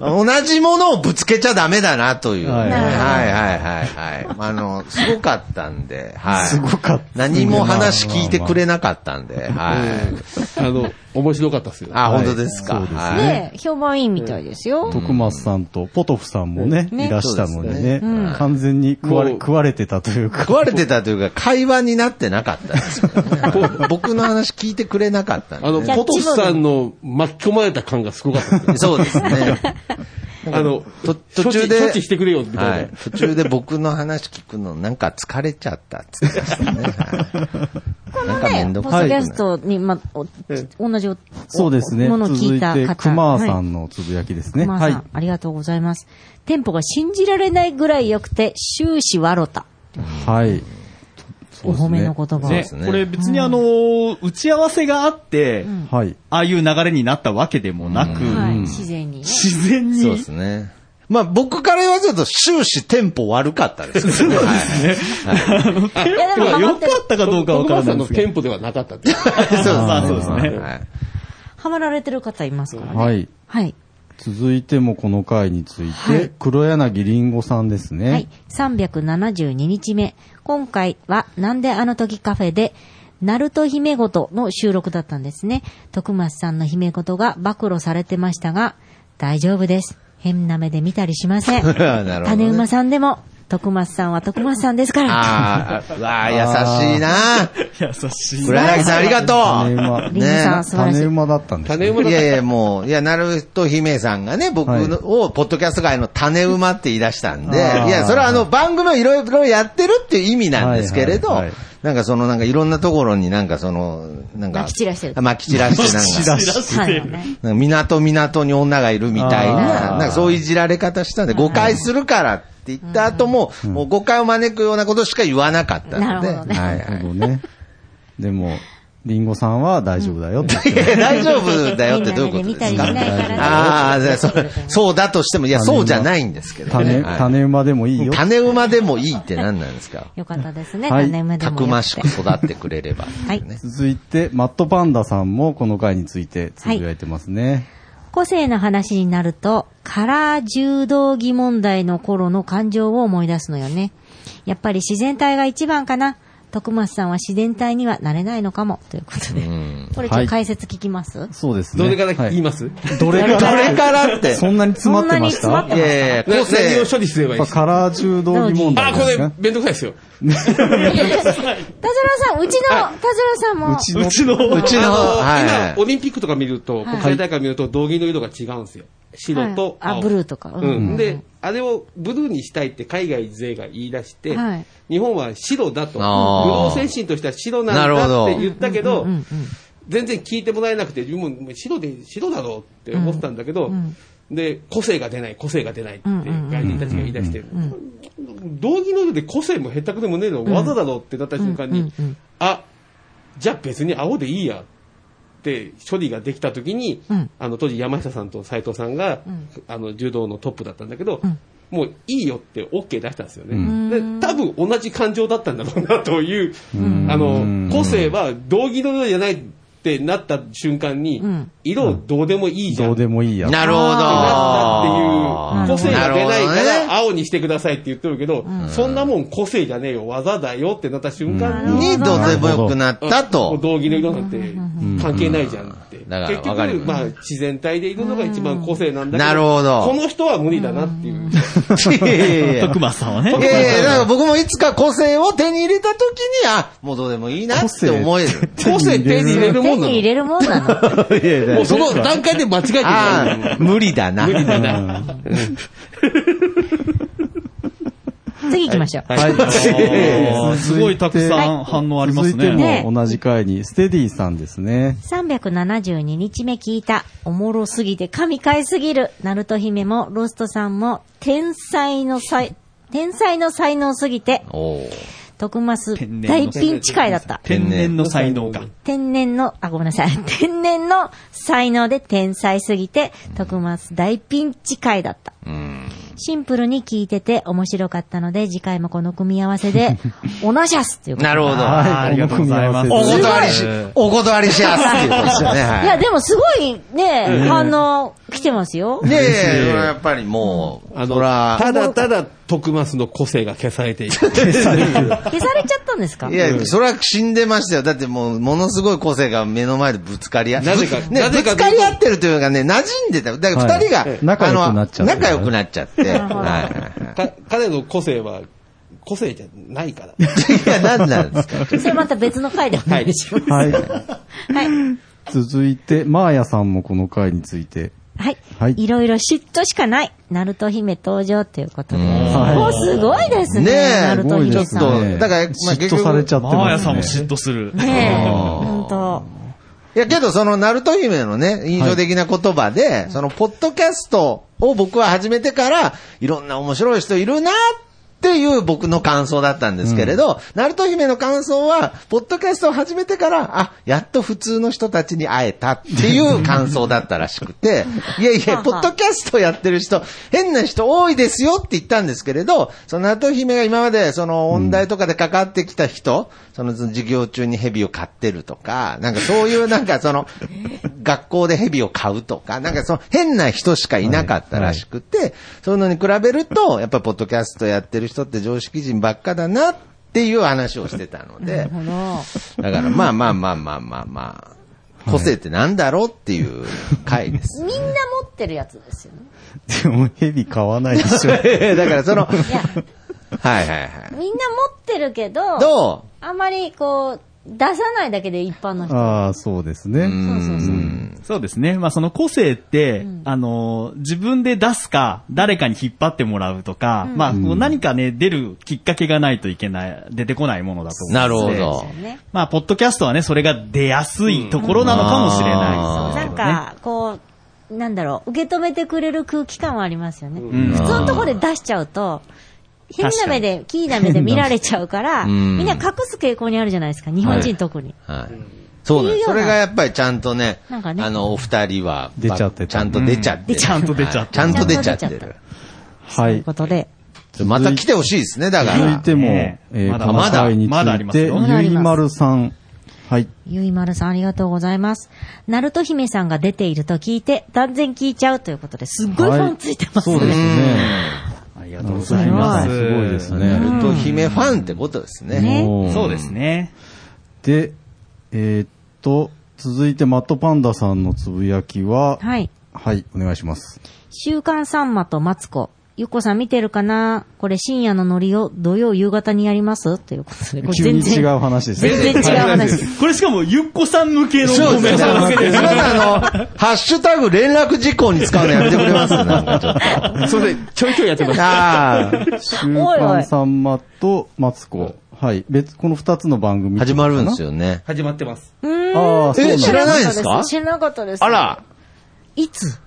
Speaker 5: 同じものをぶつけちゃダメだなというね。は
Speaker 3: はいい
Speaker 5: はいはいはい。あの、すごかったんで、はい。
Speaker 3: すごかった
Speaker 5: 何も話聞いてくれなかったんで、はい。
Speaker 4: あの、面白かったですよ。
Speaker 5: あ、本当ですか。
Speaker 3: はいそうですね
Speaker 5: はい。
Speaker 2: ね、評判いいみたいですよ。
Speaker 3: 徳松さんとポトフさんもね、
Speaker 2: ね
Speaker 3: いらしたので
Speaker 5: そう
Speaker 3: ね、完全に食われ、
Speaker 4: もう
Speaker 3: 食われてたというか。
Speaker 5: 食われてたというか、会話になってなかった
Speaker 3: <laughs>
Speaker 5: んですよね。僕の話聞いてくれなかったんで
Speaker 4: あの、
Speaker 5: ね。
Speaker 4: ポトフさんの巻き込まれた感がすごかったですね。
Speaker 5: そうですね。
Speaker 4: あの、
Speaker 5: と途
Speaker 4: 処置
Speaker 5: 中で
Speaker 4: 処置してくれよ、みたいな。
Speaker 5: はい、途中で僕の話聞くのなんか疲れちゃったっつってましたね。はいなんかめんど
Speaker 2: ポ
Speaker 5: く
Speaker 2: ッ
Speaker 5: さ
Speaker 2: ド
Speaker 5: い
Speaker 2: キ
Speaker 5: な。
Speaker 2: ャストに、ま、お同じお
Speaker 3: そうですね。
Speaker 2: ものを
Speaker 3: 続
Speaker 2: 聞い
Speaker 3: い
Speaker 2: た
Speaker 3: て、
Speaker 2: 方。
Speaker 3: 熊
Speaker 2: はい
Speaker 3: さんのつぶやきですね。
Speaker 2: 熊さ
Speaker 3: は
Speaker 2: ん、
Speaker 3: い。
Speaker 2: ありがとうございます。テンポが信じられないぐらい良くて、終始笑った。
Speaker 3: はい。
Speaker 2: お褒めの言葉。
Speaker 5: そうで
Speaker 6: ね
Speaker 5: すね
Speaker 6: これ別にあのー、打ち合わせがあって、
Speaker 3: はい。
Speaker 6: ああいう流れになったわけでもなく、
Speaker 2: はい、自然にね。
Speaker 6: 自然に。
Speaker 5: そうですね。まあ僕から言わせると終始テンポ悪かったですけどね。はい
Speaker 6: テンポが良かったかどうかわからないで
Speaker 4: の
Speaker 6: すけ
Speaker 4: テ
Speaker 6: ど。
Speaker 4: ンポではなかったって。
Speaker 6: まあそうですね
Speaker 5: はい
Speaker 2: ハマられてる方いますからね。は。
Speaker 3: はいい。続いてもこの回について、
Speaker 2: はい
Speaker 3: 黒柳りんごさんですね。
Speaker 2: はい。372日目。今回は、なんであの時カフェで、ナルト姫ごとの収録だったんですね。徳松さんの姫ごとが暴露されてましたが、大丈夫です。変な目で見たりしません。
Speaker 5: <laughs> なるほどね
Speaker 2: 種馬さんでも、徳松さんは徳松さんですから。
Speaker 5: ああ、うわあ、優しいな。
Speaker 6: <laughs> 優しい。
Speaker 5: 黒柳さんありが
Speaker 3: 種馬
Speaker 5: とう。
Speaker 2: リンゴさん
Speaker 5: ね
Speaker 2: 素晴らしい
Speaker 3: 種馬だったんです
Speaker 4: 種
Speaker 3: ね。
Speaker 4: 馬だ
Speaker 5: い
Speaker 4: った
Speaker 5: やいや、もう、いや、なると姫さんがね、僕
Speaker 3: はい
Speaker 5: のを、ポッドキャスト界の種馬って言い出したんで、い
Speaker 3: あー
Speaker 5: や、それはあの、番組をいろいろやってるっていう意味なんですけれど
Speaker 3: はいはいはい、
Speaker 5: なんかその、なんかいろんなところになんかその、なんか、
Speaker 2: まき散らしてる
Speaker 5: まき散らし
Speaker 3: <laughs>
Speaker 5: て、なんか、
Speaker 2: はいよね。
Speaker 5: なんか港港に女がいるみたい
Speaker 3: あ
Speaker 5: な、
Speaker 3: ー
Speaker 5: なんかそういういじられ方したんで、誤解するからって言った後も、もう誤解を招くようなことしか言わなかった
Speaker 2: な
Speaker 5: の
Speaker 2: る
Speaker 5: で。
Speaker 2: ほどね
Speaker 5: はい
Speaker 3: な
Speaker 5: は
Speaker 3: る
Speaker 5: い
Speaker 3: ほどね。でも、りんごさんは大丈夫だよって言って
Speaker 5: いや大丈夫だよってどういうことです
Speaker 2: 変な
Speaker 5: か
Speaker 2: 目で見たりしないから
Speaker 5: ああ、でそうそうだとしても、いや、そうじゃないんですけどね。
Speaker 3: 種、
Speaker 5: はい
Speaker 3: 種馬でもいいよ。
Speaker 5: 種馬でもいいって何なんですか
Speaker 2: よかったですね。
Speaker 3: はい
Speaker 2: 種馬で
Speaker 5: た
Speaker 2: も
Speaker 5: く
Speaker 2: よくて
Speaker 5: ましく育ってくれれば。
Speaker 2: はい。
Speaker 3: 続いて、マットパンダさんもこの回についてつぶやいてますね。
Speaker 2: 個性の話になると、カラー柔道着問題の頃の感情を思い出すのよね。やっぱり自然体が一番かな。徳松さんは自然体にはなれないのかも。ということで。これちょっと解説聞きます、
Speaker 3: そうですね。
Speaker 4: どれから言い
Speaker 3: は
Speaker 4: ます
Speaker 3: いどれか
Speaker 5: ど
Speaker 3: ら
Speaker 5: れからって。
Speaker 3: そんなに詰まってまし
Speaker 2: そんなに詰ま
Speaker 5: い
Speaker 3: た
Speaker 2: っ
Speaker 5: やいや、
Speaker 4: な
Speaker 5: 個
Speaker 4: 何
Speaker 5: 性
Speaker 4: を。処理すればいい
Speaker 3: やっぱ
Speaker 4: ですか
Speaker 3: カラー柔道着問
Speaker 4: あ、
Speaker 3: 題
Speaker 4: こ
Speaker 3: です
Speaker 4: れ
Speaker 3: か
Speaker 4: めんどくさいですよ。
Speaker 2: <laughs> 田面さん、うちの、田面さんも。
Speaker 6: うちの、
Speaker 5: うち
Speaker 4: あ
Speaker 5: の、
Speaker 4: の
Speaker 5: はい
Speaker 4: 今、
Speaker 5: は
Speaker 4: オリンピックとか見ると、国際大会見ると、道着の色が違うんですよ。白と
Speaker 2: はい
Speaker 4: 青。
Speaker 2: あブルーとかうん
Speaker 4: うん。で、あれをブルーにしたいって海外勢が言い出して
Speaker 2: はい、
Speaker 4: 日本は白だと。武
Speaker 5: あ
Speaker 4: 道
Speaker 5: ー
Speaker 4: 精神としては白なん
Speaker 5: なるほ
Speaker 4: だ
Speaker 5: ど
Speaker 4: って言ったけど
Speaker 2: うんうんうん、
Speaker 4: 全然聞いてもらえなくて、自分も白で、白だろうって思ってたんだけど、で、個性が出ない、個性が出ないって外人たちが言い出して、道着の色で個性もへったくでもねえの、わざだろうってなった瞬間に、あ、じゃあ別に青でいいやって処理ができた時に、
Speaker 2: うん
Speaker 4: あの当時山下さんと斉藤さんが、あの柔道のトップだったんだけど、
Speaker 2: うん
Speaker 4: もういいよって OK 出したんですよね、
Speaker 3: うん
Speaker 4: で多分同じ感情だったんだろうなという、あの個性は道義のようじゃないってなった瞬間に、
Speaker 2: ん
Speaker 4: 色をどうでもいいじゃん
Speaker 3: どう
Speaker 4: って
Speaker 3: でもいいや
Speaker 5: い。。なるほど。
Speaker 4: なったっていう個性が出ない
Speaker 5: なる
Speaker 4: か
Speaker 5: ほどね
Speaker 4: ら青にしてくださいって言ってるけど、そんなもん個性じゃねえよ技だよってなった瞬間に、
Speaker 5: にどうでもよくなった
Speaker 4: も
Speaker 5: と
Speaker 4: う。道義の色なんて関係ないじゃんって。
Speaker 5: んだから
Speaker 4: 結
Speaker 5: わかるよ
Speaker 4: 局、まあ、自然体でいるのが一番個性なんだけど、
Speaker 5: なるほど
Speaker 4: この人は無理だなっていう。
Speaker 5: いやいやいや
Speaker 6: 徳松さんはね。
Speaker 5: いやいや、だから僕もいつか個性を手に入れた時に、あ、もうどうでもいいなって思える。
Speaker 4: 個性手に入れるも
Speaker 2: 手
Speaker 4: んな
Speaker 2: に入
Speaker 4: の。
Speaker 2: れるもんなの。 <laughs>
Speaker 4: もうその段階で間違えてない
Speaker 5: ああ、無理だな。
Speaker 4: 無理だな。
Speaker 2: 次行きましょう。
Speaker 4: は
Speaker 6: あ
Speaker 4: い
Speaker 6: ー <laughs> すごいたくさ
Speaker 2: は
Speaker 6: ん反応ありま
Speaker 3: 続
Speaker 6: す
Speaker 3: いて
Speaker 2: ね
Speaker 6: ね。
Speaker 3: も同じ回に、ステディさんですね。
Speaker 2: 372日目聞いた、おもろすぎて神回すぎる、ナルト姫もロストさんも、天才の才、天才の才能すぎて、
Speaker 5: おー
Speaker 2: 徳マス
Speaker 6: 天然
Speaker 2: 大
Speaker 6: の
Speaker 2: ピンチ会だった。
Speaker 6: 天然の才能が。
Speaker 2: 天然の、あ、ごめんな
Speaker 5: <laughs>
Speaker 2: さい。天然の才能で天才すぎて、徳松大ピンチ会だった。シンプルに聞いてて面白かったので、次回もこの組み合わせ
Speaker 5: <laughs>
Speaker 2: で、オナシャスっていうこと。
Speaker 5: なるほど。
Speaker 6: ありがとうございます
Speaker 5: お断りし
Speaker 6: すごい、
Speaker 5: お断りしやすっていうことですよね。 <laughs> はい
Speaker 2: や、でもすごいね、反応来てますよ。
Speaker 5: ねえ、やっぱりもう、
Speaker 4: あ
Speaker 5: あ
Speaker 4: の
Speaker 5: の、
Speaker 4: ただただ、徳スの個性が消され
Speaker 5: <laughs>
Speaker 4: ていく。
Speaker 2: 消されちゃったんですか
Speaker 5: いや、それは死んでましたよ。だってもう、ものすごい個性が目の前でぶつかり合って。
Speaker 4: なぜか
Speaker 5: ね、
Speaker 4: なぜ
Speaker 5: ぶつ
Speaker 4: か
Speaker 5: かり合ってるというかね、馴染んでた。だから二人
Speaker 3: はい
Speaker 5: が、
Speaker 3: 仲良
Speaker 5: あ
Speaker 3: く
Speaker 5: の
Speaker 3: なっちゃって
Speaker 5: 仲良くなっちゃって。 <laughs> はいはい
Speaker 4: か彼の個性は、個性じゃないから。
Speaker 5: <laughs> はい。いや、なんなん <laughs> ですか。
Speaker 2: <laughs> それまた別の回でお願いします。
Speaker 3: はい。
Speaker 2: はい。
Speaker 3: 続いて、マーヤさんもこの回について。
Speaker 2: はい。
Speaker 3: はい
Speaker 2: い。ろいろ嫉妬しかない。ナルト姫登場ということで。
Speaker 3: はい
Speaker 2: もうすごいですね。
Speaker 5: ねえ
Speaker 2: ナルト
Speaker 3: すごい
Speaker 2: 姫
Speaker 5: で
Speaker 3: です
Speaker 2: さん。
Speaker 5: ねちょっ
Speaker 2: ね
Speaker 5: とだからまあ
Speaker 3: 嫉妬されちゃってますね。
Speaker 6: マーヤさんも嫉妬する。
Speaker 2: え。本当。
Speaker 5: いや、けど、その、ナルト姫のね、印象的な言葉で、その、ポッドキャストを僕は始めてから、いろんな面白い人いるなっっていう僕の感想だったんですけれど、ナルト姫の感想は、ポッドキャストを始めてから、あ、やっと普通の人たちに会えたっていう感想だったらしくて、いやいや、ポッドキャストやってる人、変な人多いですよって言ったんですけれど、そのナルト姫が今までその音大とかでかかってきた人、その授業中に蛇を飼ってるとか、なんかそういうなんかその、学校で蛇を飼うとか、なんかその変な人しかいなかったらしくて、そういうのに比べると、やっぱりポッドキャストやってる人って常識人ばっかだなっていう話をしてたので、だからまあまあまあまあまあまあ、個性ってなんだろうっていう回です。
Speaker 2: <laughs> みんな持ってるやつですよね。
Speaker 3: でも、蛇買わないで
Speaker 5: <laughs>
Speaker 3: しょ。
Speaker 5: だからその、はい
Speaker 2: いや、
Speaker 5: はいはい。
Speaker 2: みんな持ってるけど、
Speaker 5: ど
Speaker 2: あんまりこう、出さないだけで一般の人。
Speaker 3: ああ、そうですね。
Speaker 5: う
Speaker 2: そうそうそう
Speaker 5: うん
Speaker 6: そうですね。まあその個性って、あの、自分で出すか、誰かに引っ張ってもらうとか、まあこう何かね、出るきっかけがないといけない、出てこないものだと思うんで
Speaker 5: なるほ
Speaker 2: そ
Speaker 5: ど
Speaker 2: う。ね。
Speaker 6: まあ、ポッドキャストはね、それが出やすいところなのかもしれ
Speaker 5: うん
Speaker 6: な
Speaker 5: あー
Speaker 6: いで
Speaker 2: な
Speaker 6: すけ
Speaker 2: ん
Speaker 6: どね。
Speaker 2: か、こう、なんだろう、受け止めてくれる空気感はありますよね。
Speaker 6: ん
Speaker 2: 普通のとこで出しちゃうと、変な目で、キーな目で見られちゃうから、
Speaker 5: うん
Speaker 2: みんな隠す傾向にあるじゃないですか、日本人特に。
Speaker 5: はい。そうなんで
Speaker 2: っていうよ
Speaker 5: す。
Speaker 2: うな
Speaker 5: それがやっぱりちゃんとね、
Speaker 2: なんかね
Speaker 5: あの、お二人は、
Speaker 3: 出ちゃってた
Speaker 5: ちゃんと出ちゃって
Speaker 2: うん
Speaker 5: る。
Speaker 6: ちゃんと出ちゃっ
Speaker 5: はい
Speaker 6: てる
Speaker 5: ちゃんと出ちゃっ
Speaker 2: ちゃ
Speaker 5: て
Speaker 2: んと出ちゃっ
Speaker 5: る。
Speaker 3: は
Speaker 2: という
Speaker 3: い。
Speaker 2: ことで、
Speaker 5: また来てほしいですね、だか
Speaker 3: 続い
Speaker 5: ら。
Speaker 3: ても、
Speaker 6: ね
Speaker 3: えー
Speaker 6: まだ
Speaker 3: この
Speaker 5: まだ
Speaker 3: 回につ
Speaker 6: まだあり
Speaker 3: い
Speaker 6: ます
Speaker 3: て、
Speaker 6: よ
Speaker 3: ゆいまるさん。はい。
Speaker 2: ゆいまるさんありがとうございます。ナルト姫さんが出ていると聞いて、断然聞いちゃうということですっごいファンついてますね。
Speaker 3: そうですね。
Speaker 6: ありがとうございます。
Speaker 3: すごいです
Speaker 5: ナ
Speaker 3: ね。
Speaker 5: ルト姫ファンってことですね。
Speaker 2: ね
Speaker 3: も
Speaker 6: そうですね。
Speaker 3: で、えーっと、続いてマットパンダさんのつぶやきは、はい、
Speaker 2: はい。
Speaker 3: お願いします。
Speaker 2: 週刊さんまとマツコ。ゆっこさん見てるかなこれ深夜のノリを土曜夕方にやりますということで。これ
Speaker 3: 急に
Speaker 2: 全
Speaker 3: 違
Speaker 2: 然
Speaker 3: う話ですね。
Speaker 2: 全然違う話
Speaker 6: <laughs>
Speaker 2: です。
Speaker 6: これしかも、ゆっこさん向けの
Speaker 5: そう
Speaker 6: コメ
Speaker 5: で
Speaker 6: ント
Speaker 5: すね。
Speaker 6: な
Speaker 5: 皆
Speaker 6: わけです
Speaker 5: さ
Speaker 6: よ。
Speaker 5: ん、あの、ハッシュタグ連絡事項に使うのやめてくれますなんかちょっ
Speaker 4: それで、ちょいちょいやってます
Speaker 5: と。。ああ、
Speaker 3: 週刊さんまとマツコ。はい。別、この二つの番組。
Speaker 5: 始まるんです。よね。
Speaker 4: 始まってます。
Speaker 2: うーん
Speaker 3: ああ、そうなん
Speaker 5: え、
Speaker 3: だ
Speaker 5: 知らないんですか
Speaker 2: 知らなかったです。
Speaker 5: あ。ら、
Speaker 2: いつ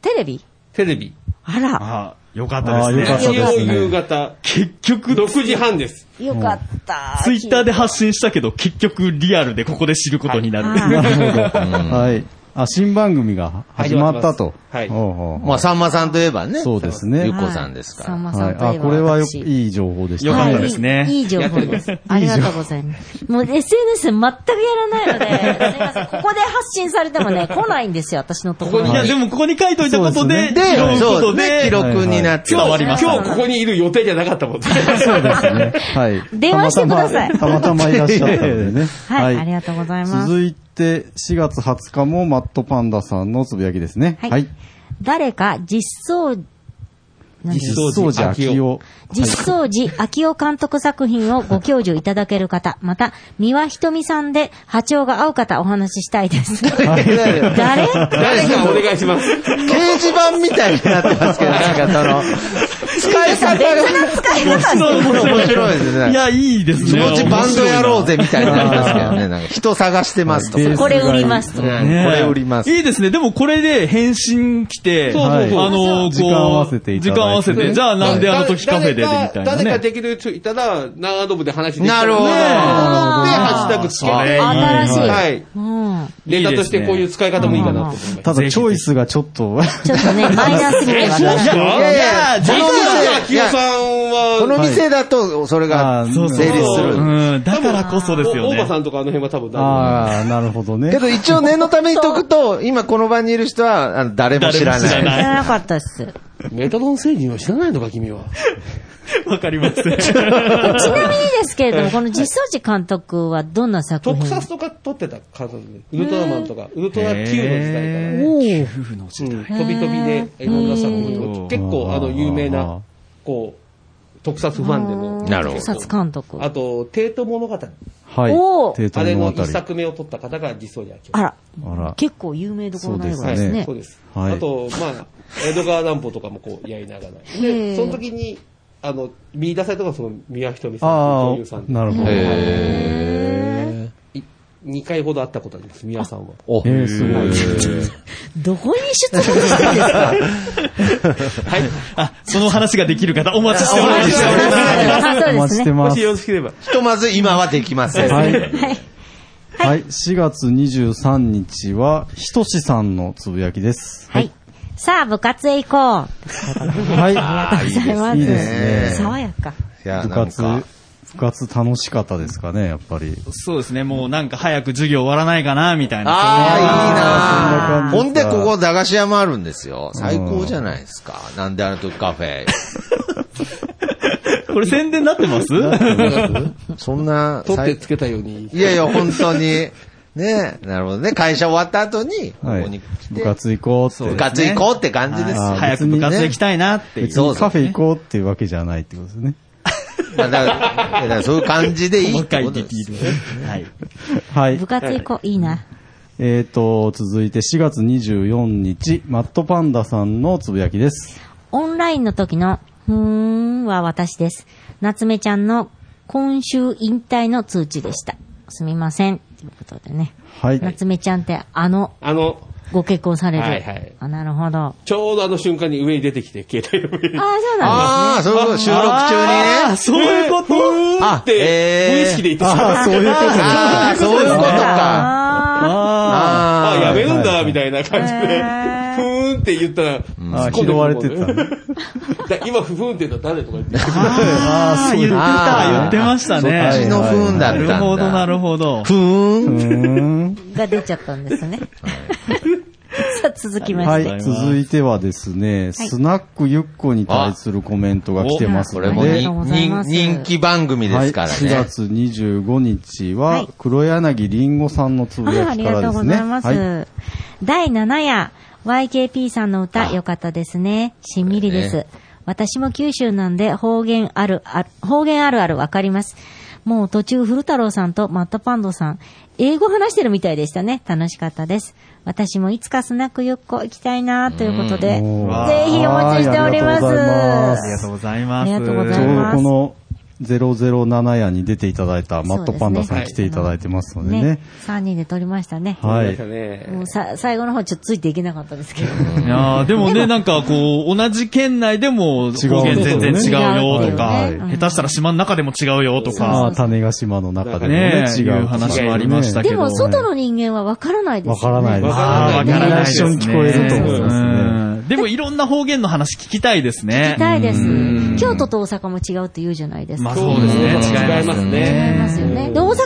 Speaker 2: テレビ
Speaker 4: テレビ。
Speaker 2: あら。
Speaker 6: ああ、よかったです
Speaker 3: あーよかっ
Speaker 6: ね。
Speaker 3: 朝
Speaker 4: 日
Speaker 3: ですね
Speaker 4: 曜夕方、
Speaker 6: 結局、
Speaker 4: 6時半です。
Speaker 2: よかった。
Speaker 6: ツイッターで発信したけど、結局、リアルでここで知ることになる。
Speaker 2: あー
Speaker 3: はい。あ、新番組が始まったと。
Speaker 4: 始まってますはい
Speaker 3: ほうほうほう
Speaker 5: まあ、さんまさんといえばね。
Speaker 3: そうですね
Speaker 5: ゆっこさんですか
Speaker 2: さん
Speaker 5: ら。
Speaker 2: まさ
Speaker 3: は
Speaker 2: ん
Speaker 3: い。
Speaker 2: といえ
Speaker 3: あ、
Speaker 2: ば
Speaker 3: これはよ
Speaker 2: 私
Speaker 3: いい情報でした
Speaker 6: よか
Speaker 2: は
Speaker 6: っ
Speaker 2: い
Speaker 6: たですね
Speaker 2: いい情報
Speaker 3: <laughs>
Speaker 2: です。ありがとうございます。もう SNS 全くやらないので、すいません。ここで発信されてもね、来ないんですよ、私のところ
Speaker 6: い
Speaker 2: に。
Speaker 6: や、でもここに書いといたことで、
Speaker 5: で、
Speaker 6: 拾うこ
Speaker 5: そ
Speaker 6: と
Speaker 5: うね、記
Speaker 6: で、
Speaker 5: 録になって。
Speaker 6: 伝わりました。
Speaker 4: 今日ここにいる予定じゃなかったもん。
Speaker 3: そうですね。はい。
Speaker 2: 電話してください
Speaker 3: たまたまたまたまいらっしゃったのでね。
Speaker 2: <laughs> はい、ありがとうございます。
Speaker 3: 続いて、4月20日もマットパンダさんのつぶやきですね。
Speaker 2: はい誰か実装、何
Speaker 3: 実装時秋夫。
Speaker 2: 実装時、秋尾監督作品をご教授いただける方、また、三輪ひとみさんで波長が合う方お話ししたいです。誰
Speaker 4: 誰かお願いします。
Speaker 5: 掲示板みたいになってますけど、なんかその、使い方が。
Speaker 2: 使い方
Speaker 5: 面白いですね。
Speaker 6: いや、いいですね。
Speaker 5: 気持ちバンドやろうぜみたいになりますけどね。なんか人探してますとか。
Speaker 3: ベース
Speaker 2: これ売りますと。
Speaker 5: ね
Speaker 6: ね
Speaker 5: これ売ります。
Speaker 6: いいですね。でもこれで返信来て、
Speaker 4: そうそうそう
Speaker 6: あのー、こう
Speaker 3: 時間合わせていただいて
Speaker 6: 時間合わせて、じゃあなんであの時カフェでみ
Speaker 4: 誰
Speaker 6: た
Speaker 4: か
Speaker 6: いな
Speaker 4: 誰か
Speaker 6: ね。
Speaker 4: できる人いたら、長野部で話できた
Speaker 5: な
Speaker 4: ら
Speaker 5: るほど。
Speaker 4: で、ハッシュタグつけ
Speaker 6: それ
Speaker 4: て、
Speaker 2: 新しい。
Speaker 4: はい。
Speaker 2: うん。
Speaker 4: データとしてこういう使い方もいいかなと思います。
Speaker 3: ただ、チョイスがちょっと、
Speaker 2: ちょっと <laughs> ね、マイナスにはわからない。
Speaker 5: いやいや、
Speaker 4: こ
Speaker 5: この
Speaker 4: の店
Speaker 5: 店、い
Speaker 4: 秋代
Speaker 5: や
Speaker 4: さんは、
Speaker 5: この店だとそれが
Speaker 3: あー
Speaker 5: 成
Speaker 3: そう
Speaker 5: 立
Speaker 3: そう
Speaker 5: する。
Speaker 6: うん、だからこそですよ
Speaker 4: お大
Speaker 6: ね
Speaker 4: 場。さんとかあの辺は多分大
Speaker 3: <laughs> ああ、なるほどね
Speaker 5: け。ど一応念のために解くと、今この場にいる人はあの誰も知ら
Speaker 6: 誰も知ら
Speaker 5: な。
Speaker 6: ないい
Speaker 2: 知らなかったっす。
Speaker 4: 丈夫。メタロン星人を知らないのか、君は。
Speaker 6: わかります。
Speaker 2: ち
Speaker 6: <laughs>
Speaker 2: なみにですけれども、この実相寺監督はどんな作
Speaker 4: 特
Speaker 2: 品
Speaker 4: 撮とか撮ってた感じで、ウルトラマンとか、ウルトラ Q の時代から、
Speaker 2: おー
Speaker 4: うん飛び飛びでいろんな作品を、結構あの有名な、こう、特撮ファンでも、
Speaker 5: なるほど
Speaker 2: 特撮監督。
Speaker 4: あと、帝都物語。
Speaker 3: はい。
Speaker 2: おー
Speaker 3: 帝都
Speaker 4: あれ
Speaker 3: 物
Speaker 4: の
Speaker 3: 語。
Speaker 4: 一作目を取った方が実相寺明夫
Speaker 2: あら、
Speaker 3: あら。
Speaker 2: 結構有名どころのよう
Speaker 3: そう
Speaker 4: は
Speaker 2: で
Speaker 4: い、
Speaker 2: すね
Speaker 4: そう。です。
Speaker 3: はい
Speaker 4: あと、まあ、江戸川乱歩とかもこう、やり
Speaker 2: <laughs>
Speaker 4: ながら。
Speaker 2: へえ
Speaker 4: で、その時に、あの、見出されたのがその、宮ひとみさん、
Speaker 3: あ
Speaker 4: 女優さん
Speaker 3: あ、なるほど。
Speaker 5: へ
Speaker 4: 2回ほど会ったことあります、宮さんは。
Speaker 5: お
Speaker 3: えー、すごい。
Speaker 2: どこに出演してるんですか
Speaker 4: はい。
Speaker 6: あ、その話ができる方、お待ちしてお
Speaker 5: お
Speaker 6: りま
Speaker 5: 待ち
Speaker 6: す
Speaker 5: し。ております
Speaker 2: あそう
Speaker 3: お
Speaker 2: で
Speaker 3: 待ち
Speaker 2: す <laughs>
Speaker 3: して
Speaker 2: ね。
Speaker 4: も
Speaker 3: ます
Speaker 4: し。よろしければ。
Speaker 5: ひとまず今はできません。
Speaker 3: はい。はい。4月23日は、ひとしさんのつぶやきです。
Speaker 2: はい。さあ、部活へ行こう。
Speaker 3: は
Speaker 2: ありがとうございます。
Speaker 3: いいですね。
Speaker 2: 爽やか。
Speaker 5: いや、
Speaker 3: 部
Speaker 5: なん
Speaker 3: 活
Speaker 5: か、、
Speaker 3: 部活楽しかったですかね、やっぱり。
Speaker 6: そうですね、もうなんか早く授業終わらないかな、みたいな。
Speaker 5: ああ、いいな
Speaker 3: そ
Speaker 5: ほ
Speaker 3: ん
Speaker 5: ん
Speaker 3: な
Speaker 5: で、
Speaker 3: 感じか
Speaker 5: ここ、駄菓子屋もあるんですよ。最高じゃないですか。なんであの時カ
Speaker 3: <laughs>
Speaker 5: フェ。
Speaker 6: これ宣伝になってます
Speaker 5: そんな、
Speaker 4: 取って
Speaker 5: 最
Speaker 4: つけたように。
Speaker 5: いやいや、本
Speaker 3: <laughs>
Speaker 5: 当に。ねなるほどね。会社終わった後に、ここ
Speaker 3: は
Speaker 5: に
Speaker 3: い
Speaker 5: 来。
Speaker 3: 部
Speaker 5: て、
Speaker 3: 活行こうって。
Speaker 5: 部活行こうって <laughs> 感じですよ。
Speaker 3: はい
Speaker 6: 早く部活行きたいなっていう。
Speaker 3: 別にカフェ行こうっていうわけじゃないってことですね。
Speaker 5: まあだからだからそういう感じでいい
Speaker 6: もう
Speaker 5: っ
Speaker 6: 一
Speaker 5: て
Speaker 6: 回
Speaker 5: こ
Speaker 6: リ
Speaker 5: と
Speaker 6: ピ
Speaker 5: です。
Speaker 6: ート。はい。
Speaker 3: はい
Speaker 2: 部。活へ行こう。いいな。
Speaker 3: えーと、続いて4月24日、マットパンダさんのつぶやきです。
Speaker 2: オンラインの時の、ふーんは私です。夏目ちゃんの今週引退の通知でした。すみません。ということでね。
Speaker 3: はい。
Speaker 2: 夏目ちゃんって、あの、
Speaker 4: あの、
Speaker 2: ご結婚される。
Speaker 4: はいはい
Speaker 2: あ、なるほど。あ
Speaker 4: ちょうどあの瞬間に上に出てきて、携帯の上
Speaker 2: あ、
Speaker 4: に。
Speaker 2: そうなん
Speaker 5: ああ、そういうこと、収録中に
Speaker 6: あー
Speaker 5: ね。
Speaker 6: <laughs> そういうこと
Speaker 5: あ
Speaker 4: って、無意識で言ってしまった。
Speaker 3: そういうことですね
Speaker 5: ああ、そういうことか。
Speaker 2: だ。あ
Speaker 6: あ
Speaker 5: あ
Speaker 4: あ、
Speaker 5: あ、
Speaker 4: やめるん
Speaker 3: はいは
Speaker 4: だ、
Speaker 3: い
Speaker 4: みたいな感じで、
Speaker 2: へ
Speaker 4: ふ
Speaker 2: ー
Speaker 4: ーんって言ったら、
Speaker 3: あ
Speaker 4: 突っ
Speaker 3: ー
Speaker 4: 込ん
Speaker 3: 拾
Speaker 4: で
Speaker 3: われてた
Speaker 4: く
Speaker 3: ね <laughs>
Speaker 4: る。だ今、ふふんって言ったら誰とか言って。
Speaker 6: あー、言ってた、言ってました
Speaker 5: うち
Speaker 6: ね。
Speaker 5: の不運だっ
Speaker 6: な
Speaker 5: たん
Speaker 6: る
Speaker 5: だ。
Speaker 6: ほど、なるほど。
Speaker 5: 不運
Speaker 3: うーん
Speaker 2: ーが出ちゃったんですね。 <laughs> さあ、続きまして。
Speaker 3: はい。続いてはですね、スナックゆっこに対するコメントが来てます
Speaker 5: こ
Speaker 3: の
Speaker 5: れ
Speaker 3: で、
Speaker 5: も
Speaker 2: あり
Speaker 5: に
Speaker 2: がとうござい
Speaker 5: 人
Speaker 2: ます
Speaker 5: 人気番組で
Speaker 3: はい、
Speaker 5: すから
Speaker 3: 4
Speaker 5: ね。
Speaker 3: 月25日
Speaker 2: は、
Speaker 3: はい黒柳りんごさんのつぶや
Speaker 2: ああ
Speaker 3: き
Speaker 2: り
Speaker 3: か
Speaker 2: がと
Speaker 3: らで
Speaker 2: うご
Speaker 3: すね。
Speaker 2: ざいます。
Speaker 3: はい。
Speaker 2: 第7夜、YKP さんの歌、良かったですね。しんみりです。
Speaker 5: これ
Speaker 2: 私も九州なんで、方言ある、あ方言あるあるわかります。もう途中、古太郎さんとマットパンドさん、英語話してるみたいでしたね。楽しかったです。私もいつかスナックよっこ行きたいなということで、ぜひお
Speaker 3: おー
Speaker 2: 待ちしております。
Speaker 3: はいありがとうございま
Speaker 6: ありがとうござ
Speaker 2: ありがとうござ
Speaker 6: います。
Speaker 3: ち
Speaker 2: い
Speaker 3: ょうど
Speaker 2: ます
Speaker 3: この007夜に出ていただいたマットパンダさ
Speaker 2: そ
Speaker 3: ん
Speaker 2: うですね
Speaker 3: 来ていただいてますのでね。
Speaker 2: 3人で撮りましたね。
Speaker 3: はい。
Speaker 4: そうでした
Speaker 2: も
Speaker 4: ね
Speaker 2: うさ最後の方ちょっとついていけなかったですけど。
Speaker 6: いやーでもね、なんかこう、同じ県内でも方言全然違うよとか
Speaker 2: 違うっていう、ね
Speaker 6: 下手したら島の中でも違うよと
Speaker 3: ま
Speaker 6: か
Speaker 3: あ、、種ヶ島の中でもね、
Speaker 6: ね
Speaker 3: 違
Speaker 6: いう
Speaker 3: う
Speaker 6: 話もありましたけ
Speaker 2: で
Speaker 6: ど。
Speaker 2: も、外の人間はわからないですよ
Speaker 3: わ
Speaker 2: ね。
Speaker 3: からないです。
Speaker 6: ああ、わからないですね。
Speaker 3: みん一緒に聞こえると思いますね。
Speaker 6: うんでもいろんな方言の話聞きたいですね。
Speaker 2: 聞きたいです。京都と大阪も違うって言うじゃないです
Speaker 6: まあ
Speaker 2: か。
Speaker 6: そうですね。違
Speaker 4: 違
Speaker 6: い
Speaker 4: い
Speaker 6: ま
Speaker 4: ます
Speaker 6: <laughs>
Speaker 4: す
Speaker 6: ね
Speaker 4: ね。
Speaker 2: 違いますよね。で、大阪の中で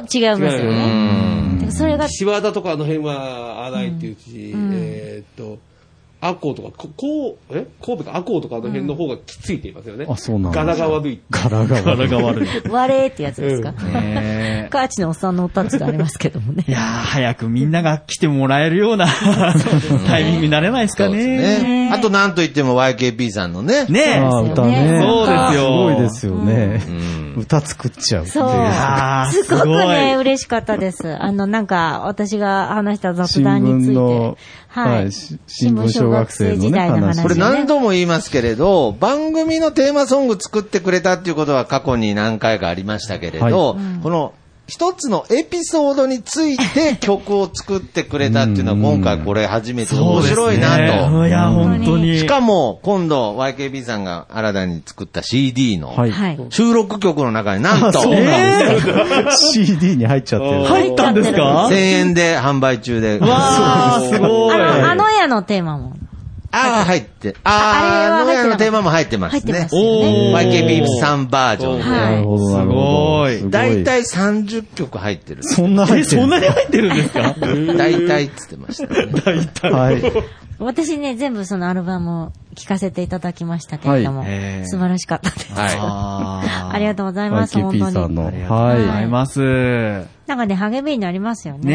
Speaker 2: も違いますよね。だからそれが、
Speaker 4: 岸和田とかあの辺は、あないっていうし、えーっと、阿公とか、ここう、え神戸か阿公とかあの辺の方がきついって言いますよね。
Speaker 3: あそうなんだ
Speaker 4: 柄が悪い。
Speaker 3: 柄が悪
Speaker 6: 柄
Speaker 3: い。
Speaker 6: が悪い。 <laughs> ね
Speaker 2: 割れってやつですか。
Speaker 6: え
Speaker 2: カーチのおっさんのおったちがありますけど
Speaker 3: <laughs>
Speaker 2: もね。
Speaker 6: いやー早くみんなが来てもらえるような <laughs> タイミングになれないですか
Speaker 5: そうです
Speaker 6: ね。
Speaker 5: ね。あとなんといっても YKP さんのね。
Speaker 6: ねえ。
Speaker 3: ああ、歌ね。
Speaker 6: そうですよ
Speaker 3: すごいですよね。歌作っちゃうっていう。
Speaker 2: そう
Speaker 6: あー。
Speaker 2: す
Speaker 6: す
Speaker 2: ごく
Speaker 6: ごい。
Speaker 2: ね、嬉しかったです。あの、なんか、私が話した雑
Speaker 3: 新
Speaker 2: 談につ
Speaker 3: 聞
Speaker 2: い
Speaker 3: の
Speaker 2: て、。
Speaker 3: はい。し新聞小学生の
Speaker 2: 時
Speaker 3: ね、
Speaker 2: 代の話。
Speaker 3: 話
Speaker 5: これ何度も言いますけれど、番組のテーマソング作ってくれたっていうことは過去に何回かありましたけれど、この一つのエピソードにつ
Speaker 3: <laughs>
Speaker 5: いて曲を作ってくれたっていうのは今回これ初めてで面白いなと。
Speaker 6: いや、本当に。
Speaker 5: しかも今度 YKB さんが新たに作った CD の
Speaker 3: はい。
Speaker 2: はい。
Speaker 5: 収録曲の中になんと
Speaker 3: そう
Speaker 5: 1000
Speaker 3: なんですか。CD に入っちゃってる。
Speaker 6: 入ったんですか
Speaker 5: 円で販売中で。
Speaker 6: わー、すご
Speaker 2: あ
Speaker 6: い。
Speaker 2: の、あの家のテーマも。
Speaker 5: ああ、入って。
Speaker 2: あ
Speaker 5: ああ、
Speaker 2: あれは入ってなかった
Speaker 5: のやのテーマも入ってます
Speaker 2: 入
Speaker 5: ね
Speaker 2: ってま。すよね
Speaker 5: YKB さんバージョンで。
Speaker 3: なるほど、なるほど。
Speaker 6: すごい
Speaker 5: だい
Speaker 3: い。
Speaker 5: たい30曲入ってる。
Speaker 3: そんな入
Speaker 6: え、
Speaker 3: ってる
Speaker 6: そんなに入ってるんですか
Speaker 5: だいたいっつってましたね。
Speaker 3: はい。
Speaker 2: 私ね、全部そのアルバムを聴かせていただきましたけれども、
Speaker 3: はい
Speaker 6: へー
Speaker 2: 素晴らしかったです。
Speaker 5: は
Speaker 6: あ
Speaker 2: ありがとうございます、本
Speaker 3: YKP
Speaker 2: 当
Speaker 3: さん
Speaker 2: に。
Speaker 3: の。
Speaker 6: ありがとうござ
Speaker 3: はい
Speaker 6: ます。
Speaker 2: なんかね、励みになりますよ
Speaker 6: ね
Speaker 2: ね。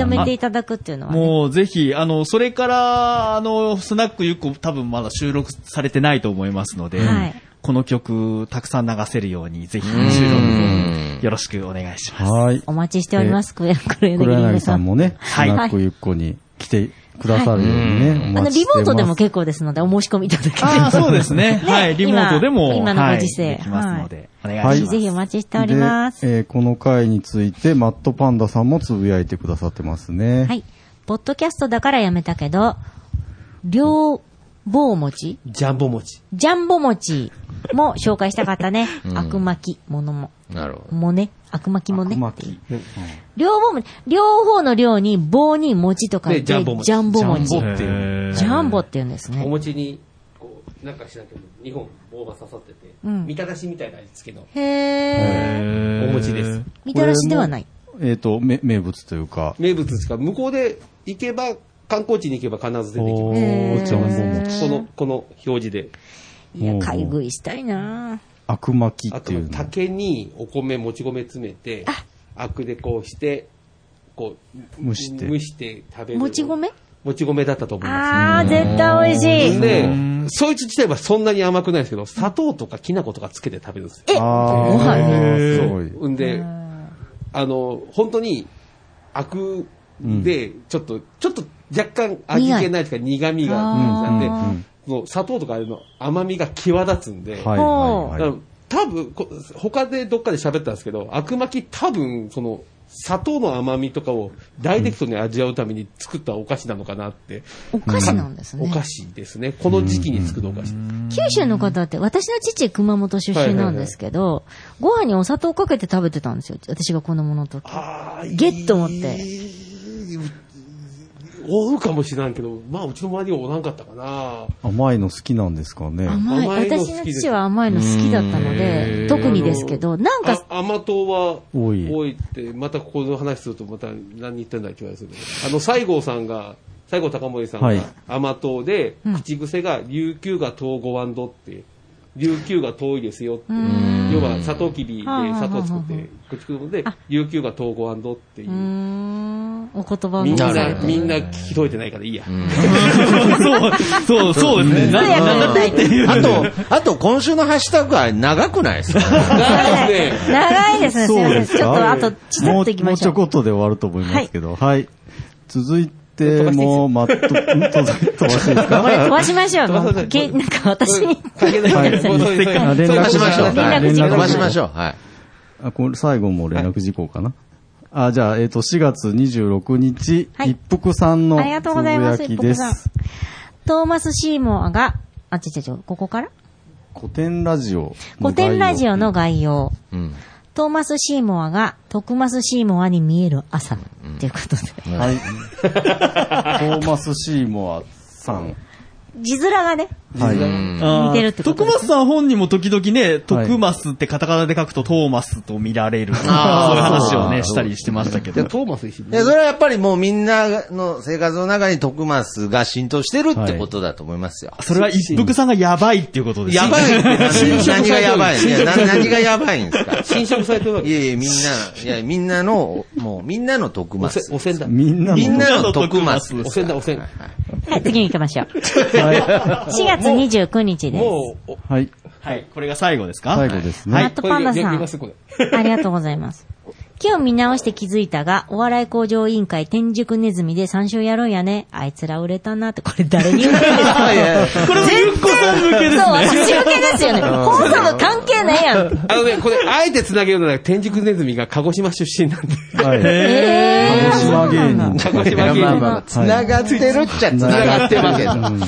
Speaker 6: え
Speaker 2: 認めていただくっていうのは、ね。
Speaker 6: もうぜひ、あの、それから、あの、スナックゆっこ多分まだ収録されてないと思いますので、
Speaker 2: はい
Speaker 6: この曲たくさん流せるように、ぜひ収録よろしくお願いし
Speaker 3: い。
Speaker 6: ます。
Speaker 3: はい。
Speaker 2: お待ちしております、クレクレヨネギ
Speaker 3: 黒
Speaker 2: リン
Speaker 3: 柳
Speaker 2: グ
Speaker 3: さ
Speaker 2: さ
Speaker 3: ん
Speaker 2: ん。
Speaker 3: もね、ス
Speaker 6: はい
Speaker 3: ナックゆっこに来てくださるようにね、お
Speaker 2: あの、
Speaker 3: 待ち
Speaker 2: リ
Speaker 3: してます。
Speaker 2: モートでも結構ですので、お申し込みいただけ
Speaker 6: ああ、
Speaker 2: れ
Speaker 6: そうです
Speaker 2: <laughs>
Speaker 6: ね。
Speaker 2: ね
Speaker 6: はい。リモートでも、
Speaker 2: 今今のご時世
Speaker 6: はい、できますので、お
Speaker 2: ば、
Speaker 6: 願
Speaker 3: い
Speaker 6: いし
Speaker 2: ぜひ
Speaker 6: ます。
Speaker 2: ぜひお待ちしております。
Speaker 3: でえーこの回について、マットパンダさんもつぶやいてくださってますね。
Speaker 2: はい。ポッドキャストだからやめたけど、両棒餅
Speaker 4: ジャンボ餅。
Speaker 2: ジャンボ餅も紹介したかったね。悪巻きものも。
Speaker 5: なるほど。
Speaker 2: もね。悪巻きもね。
Speaker 3: 巻き。
Speaker 2: 両方も、両方の両に棒に餅とか
Speaker 4: で、ジャンボ餅。
Speaker 2: ジャンボ餅。ジ
Speaker 4: ジャン
Speaker 2: ャンボ
Speaker 4: ボっていう。
Speaker 2: って言う
Speaker 6: へー
Speaker 2: んです
Speaker 4: お
Speaker 2: ね。
Speaker 4: 餅に、こう、なんかしなきゃ2本棒が刺さってて、
Speaker 2: うん
Speaker 4: みたらしみたいな味付けの
Speaker 2: へえ。
Speaker 6: へー
Speaker 4: お餅です。
Speaker 2: みたらしではない。
Speaker 3: えっ、と、め名物というか、
Speaker 4: 名物ですか向こうで行けば、観光地に行けば必ず出てきま
Speaker 3: お
Speaker 4: す。
Speaker 2: へ
Speaker 3: ー、
Speaker 2: ー
Speaker 3: ジャンボ餅。
Speaker 4: この、この表示で。
Speaker 2: いや、買い食いしたいな
Speaker 3: 悪巻き
Speaker 4: あ
Speaker 3: っ
Speaker 4: と
Speaker 3: ていうの。
Speaker 4: 竹にお米、もち米詰めて、アクでこうして、こう、
Speaker 3: 蒸して
Speaker 4: 蒸して食べる。
Speaker 2: もち米
Speaker 4: もち米だったと思いま
Speaker 2: あー、絶対美味
Speaker 4: す。
Speaker 2: しい。
Speaker 4: で、そいつ自体はそんなに甘くないですけど、砂糖とかきな粉とかつけて食べるんですよ。
Speaker 2: え、
Speaker 3: あー
Speaker 2: ご飯に
Speaker 3: へーすごい。
Speaker 4: うんで、あの、本当に、アクで、ちょっと、ちょっと若干味気ないというか苦味が
Speaker 2: あ
Speaker 4: あ
Speaker 3: ー
Speaker 4: って、
Speaker 3: うんうん
Speaker 4: その砂糖とかあれの甘みが際立つんで、
Speaker 3: はいはい
Speaker 4: だ
Speaker 3: は
Speaker 4: から多分こ他でどっかで喋ったんですけど、悪巻き多分、その、砂糖の甘みとかをダイレクトに味わうために作ったお菓子なのかなって、
Speaker 2: お菓子なんです
Speaker 4: お
Speaker 2: ね。
Speaker 4: 菓子ですね。この時期に作るお菓子。
Speaker 2: 九州の方って、私の父熊本出身なんですけど、ご飯にお砂糖かけて食べてたんですよ。私が子供の時。
Speaker 4: ああ、
Speaker 2: ゲット持って
Speaker 4: おるかもしれんけど、まあ、うちの周りはおらんかったかな。
Speaker 3: い。甘いの好きなんですかね。
Speaker 2: 甘い。
Speaker 4: 甘いの好き
Speaker 2: 私の
Speaker 4: です
Speaker 2: 父は甘いの好きだったので、特にですけど、なんか、
Speaker 4: あ甘党は
Speaker 3: 多
Speaker 4: 多
Speaker 3: い
Speaker 4: いって、またここの話すると、また何言ってんだって言われそうですけど、あの、西郷さんが、西郷隆盛さん
Speaker 3: はい
Speaker 4: が甘党で、口癖が、琉球が東ごわんどって、琉球が遠いですよって、要はサトウキビで砂糖作って、口くるんで、琉球が東ごわんどっていう
Speaker 2: ー
Speaker 4: う。
Speaker 2: ん、お言葉を
Speaker 4: みん
Speaker 2: な
Speaker 5: なる
Speaker 4: な、
Speaker 5: ほど
Speaker 4: みんな聞き取れてないからいいや。
Speaker 6: そう、そう、そうですね。な、
Speaker 2: や
Speaker 6: な、
Speaker 2: かないって。
Speaker 5: あと、あと今週のハッシュタグは長くないですか
Speaker 4: <laughs> 長いですね。
Speaker 2: 長いですね、すいません。ちょっと、あと、ちょ
Speaker 3: も
Speaker 2: っ
Speaker 3: う
Speaker 2: といきまし
Speaker 3: ち
Speaker 2: ょ
Speaker 3: ょ
Speaker 2: う。
Speaker 3: こっとで終わると思いますけど、はい。続いても、まっと、ん届いてほしいで
Speaker 2: こ
Speaker 3: すか
Speaker 2: れ飛ばしましょう。もうけなんか私
Speaker 4: <laughs>
Speaker 2: に。
Speaker 4: はいそうそうそう
Speaker 3: はい
Speaker 4: そういうこと
Speaker 5: 飛ばしましょ
Speaker 2: 連
Speaker 5: う。
Speaker 2: 絡
Speaker 5: はい
Speaker 2: 事項
Speaker 5: 飛ばしましょう。はい。
Speaker 3: あこれ最後も連絡事項かな。あ、じゃあ、えっ、と、4月26日、
Speaker 2: はい
Speaker 3: 一服さんの
Speaker 2: ありが
Speaker 3: つ
Speaker 2: とう
Speaker 3: ぶ
Speaker 2: ございま
Speaker 3: や
Speaker 2: す
Speaker 3: きで
Speaker 2: 一服
Speaker 3: す。
Speaker 2: トーマス・シーモアが、あ、ちょちょちょ、ここから
Speaker 3: 古典ラジオ。
Speaker 2: 古典ラジオの。概要。
Speaker 5: うん。
Speaker 2: トーマス・シーモアが、トクマス・シーモアに見える朝。ということで。
Speaker 3: はい。トーマス・シーモアさん。
Speaker 2: 字面がね、
Speaker 3: はい。
Speaker 2: 似てるってこと
Speaker 6: 徳松さん本人も時々ね、
Speaker 3: はい
Speaker 6: 徳松ってカタカナで書くとトーマスと見られる。そういう
Speaker 5: あー
Speaker 6: 話をね、
Speaker 5: そう
Speaker 6: したりしてましたけ
Speaker 4: で
Speaker 6: ど。
Speaker 4: トーマス石井
Speaker 5: で、それはやっぱりもうみんなの生活の中に徳松が浸透してるってことだと思いますよ。
Speaker 6: それは一服さんがやばいっていうことですね
Speaker 5: やばいって何何がやばいいやな何がやばいんですか
Speaker 4: 侵食されてるわけ
Speaker 5: い。やいや、みんな、いや、みんなの、もう、みんなの徳
Speaker 4: おせ
Speaker 5: 松。
Speaker 4: おせんだ。
Speaker 3: みんなの。
Speaker 5: みんなの徳松
Speaker 4: おせんだ、おせん。
Speaker 2: はい、次に行きましょう。4月29日です。
Speaker 4: もう、お
Speaker 3: はい。
Speaker 6: はい。これが最後ですか
Speaker 3: 最後ですね。
Speaker 6: はい
Speaker 2: あとパンダ
Speaker 4: これ
Speaker 2: さ
Speaker 4: やり
Speaker 2: ん
Speaker 4: ま。すこれ
Speaker 2: ありがとうございます。今日見直して気づいたが、お笑い工場委員会天竺ネズミで3週やるんやね。あいつら売れたなって、これ誰に言ってるんですか
Speaker 6: これもゆっこさん向けです
Speaker 2: そう、
Speaker 6: ね。
Speaker 2: 私向けですよね。本さんの関係ないやん。
Speaker 4: あのね、これ、あえて繋げるなら、天竺ネズミが鹿児島出身なんで。
Speaker 3: はい。
Speaker 2: え
Speaker 3: 鹿児島芸人。
Speaker 4: 鹿児島
Speaker 5: まあ
Speaker 4: 県
Speaker 5: まあ、繋がってるっちゃ繋がってるけど。
Speaker 3: うん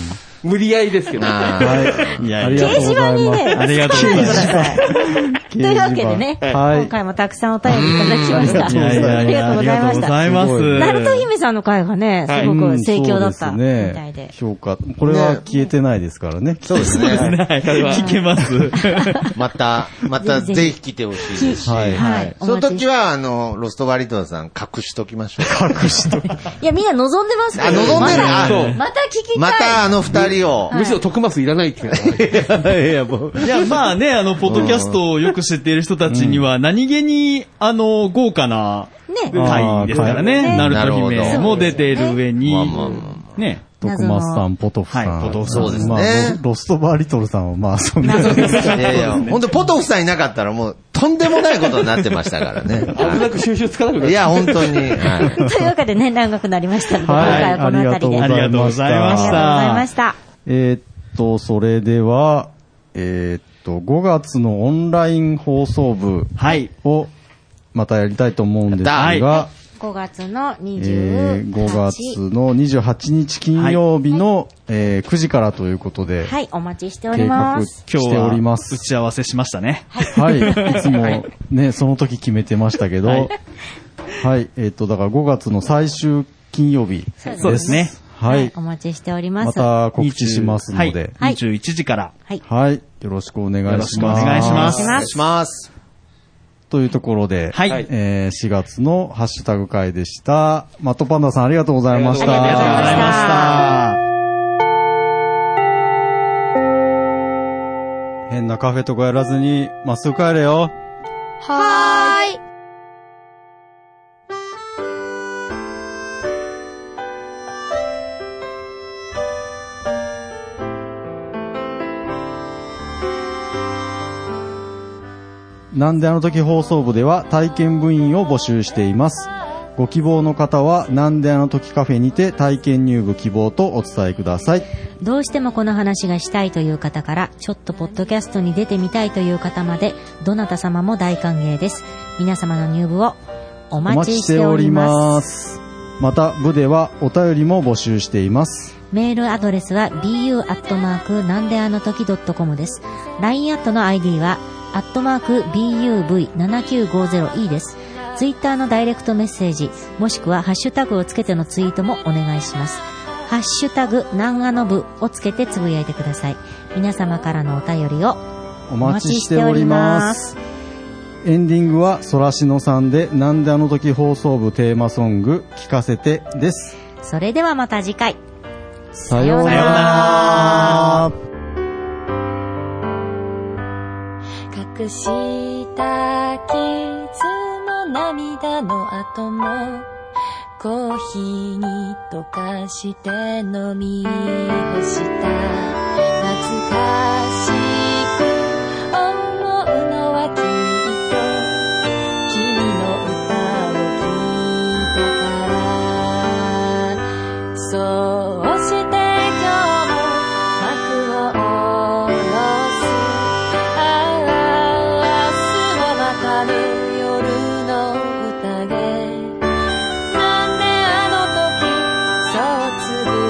Speaker 4: 無理やりですけど。
Speaker 5: あー
Speaker 3: はい。
Speaker 6: いや
Speaker 3: あ
Speaker 6: い
Speaker 3: り
Speaker 6: や
Speaker 3: がと
Speaker 2: 掲
Speaker 3: う
Speaker 2: 示
Speaker 3: ご
Speaker 2: 板
Speaker 3: ざい
Speaker 2: に
Speaker 3: ます。
Speaker 2: ね、
Speaker 6: ありがとうございます
Speaker 2: つけないでください。と
Speaker 3: と
Speaker 2: いうわけでね、
Speaker 3: はい。
Speaker 2: 今回もたくさんお便りいただきました。
Speaker 3: いやい
Speaker 2: あ
Speaker 3: や
Speaker 2: りがとうございました。
Speaker 6: ありがとうございます。
Speaker 2: ナルト姫さんの回がね、すご
Speaker 3: う
Speaker 2: く
Speaker 3: ん
Speaker 2: 盛況だったみたい
Speaker 3: そう
Speaker 2: で。
Speaker 3: すね評価。これは消えてないですからね。
Speaker 5: そうですね。
Speaker 6: はい。聞けます。
Speaker 5: また、またぜひ来てほしいですし。
Speaker 3: はい
Speaker 2: はい
Speaker 5: その時は、あの、ロストバリトンさん隠しときましょう。隠しと
Speaker 2: いや、みんな望んでますけど
Speaker 5: あ、望んでる。
Speaker 2: ま
Speaker 4: そ
Speaker 2: た
Speaker 5: あ
Speaker 4: う
Speaker 2: また聞きたい。
Speaker 5: またあの二人を。
Speaker 4: むしろ徳松いらないって言うのが
Speaker 3: いや、もう。
Speaker 6: <laughs> いや、まあね、あの、ポッドキャストをよく知っている人たちには、何気に、あの、豪華な
Speaker 2: ね、
Speaker 6: 会ですからね。
Speaker 2: あ
Speaker 6: ナ
Speaker 5: ー
Speaker 6: ルト
Speaker 5: なるほ
Speaker 6: 姫
Speaker 5: ど
Speaker 6: も出ている上に
Speaker 5: まあまあま、
Speaker 6: ね。
Speaker 3: 徳松さん、ポトフさん。
Speaker 6: はいポトフさ
Speaker 5: んそうですね
Speaker 3: まあロロストバーリトルさんはまあ、そんな。
Speaker 5: いやいや、本当ポトフさんいなかったらもう、とんでもないことになってましたからね。
Speaker 4: 危なく収集つかなくなる
Speaker 5: いや、本当に。はい
Speaker 2: <laughs> というわけでね、長くなりましたので、今
Speaker 3: はい
Speaker 2: 回はこの辺りで。ありがとうご
Speaker 6: あ
Speaker 2: ざい
Speaker 6: りがとうございまし
Speaker 2: ま
Speaker 6: た。
Speaker 2: した。
Speaker 3: えーっと、それでは、えーっと、5月のオンライン放送部
Speaker 6: はい。
Speaker 3: をまたやりたいと思うんですが、
Speaker 5: やった
Speaker 6: は
Speaker 2: 5月の
Speaker 3: えー
Speaker 2: 28
Speaker 3: 5月の28日金曜日の、えー9時からということで、
Speaker 2: はい、お待ちしており
Speaker 3: 計
Speaker 2: ま
Speaker 3: 画
Speaker 2: す。
Speaker 3: し
Speaker 6: 今日
Speaker 3: てお
Speaker 6: は
Speaker 3: り
Speaker 6: 打
Speaker 3: ます。
Speaker 6: ち合わせしましたね。
Speaker 3: はい。いつもね、その時決めてましたけど、
Speaker 6: は
Speaker 3: はい
Speaker 6: い。
Speaker 3: えっ、と、だから5月の最終金曜日です。
Speaker 6: そうですね。
Speaker 3: はい
Speaker 2: お。待ちしておりま。
Speaker 3: ますた告知しますので、
Speaker 2: は
Speaker 6: はいい、21時から。
Speaker 3: はい。よろしくお願いします。
Speaker 6: よろしくお願いします
Speaker 2: お
Speaker 5: お
Speaker 2: 願
Speaker 5: 願
Speaker 2: い
Speaker 5: い
Speaker 2: し
Speaker 5: します。
Speaker 3: というところで、
Speaker 6: はい。
Speaker 4: はい
Speaker 3: えー4月のハッシュタグ会でした。マットパンダさんありがとうございました。
Speaker 4: ありがとうござ
Speaker 6: あり
Speaker 4: いました
Speaker 6: がとうございました。
Speaker 3: 変なカフェとかやらずに、まっすぐ帰れよ。なんであの時放送部では体験部員を募集しています。ご希望の方は、なんであの時カフェにて体験入部希望とお伝えください。
Speaker 2: どうしてもこの話がしたいという方から、ちょっとポッドキャストに出てみたいという方まで、どなた様も大歓迎です。皆様の入部をお
Speaker 3: お
Speaker 2: 待ちしております。
Speaker 3: す。また、部ではお便りも募集しています。
Speaker 2: メールアドレスは bu アットマークなんであの時 .com です。LINE アットの ID は、アットマーク buv7950e です。ツイッターのダイレクトメッセージ、もしくはハッシュタグをつけてのツイートもお願いします。ハッシュタグ、なんあの部をつけてつぶやいてください。皆様からのお便りを
Speaker 3: お待ちしておりま
Speaker 2: お待ちし
Speaker 3: す。
Speaker 2: ており
Speaker 3: エンディングは、そらしのさんで、なんであの時放送部テーマソング、聞かせてです。
Speaker 2: ます。それではまた次回。
Speaker 3: さような
Speaker 2: さような
Speaker 3: ら。
Speaker 7: 隠した傷も涙の後もコーヒーに溶かして飲み干した懐かしく思うのはきっと君の歌を聴いたからそうして今日も幕を下ろす。ああ、明日はまたね、夜の宴。なんであの時、そうつぶ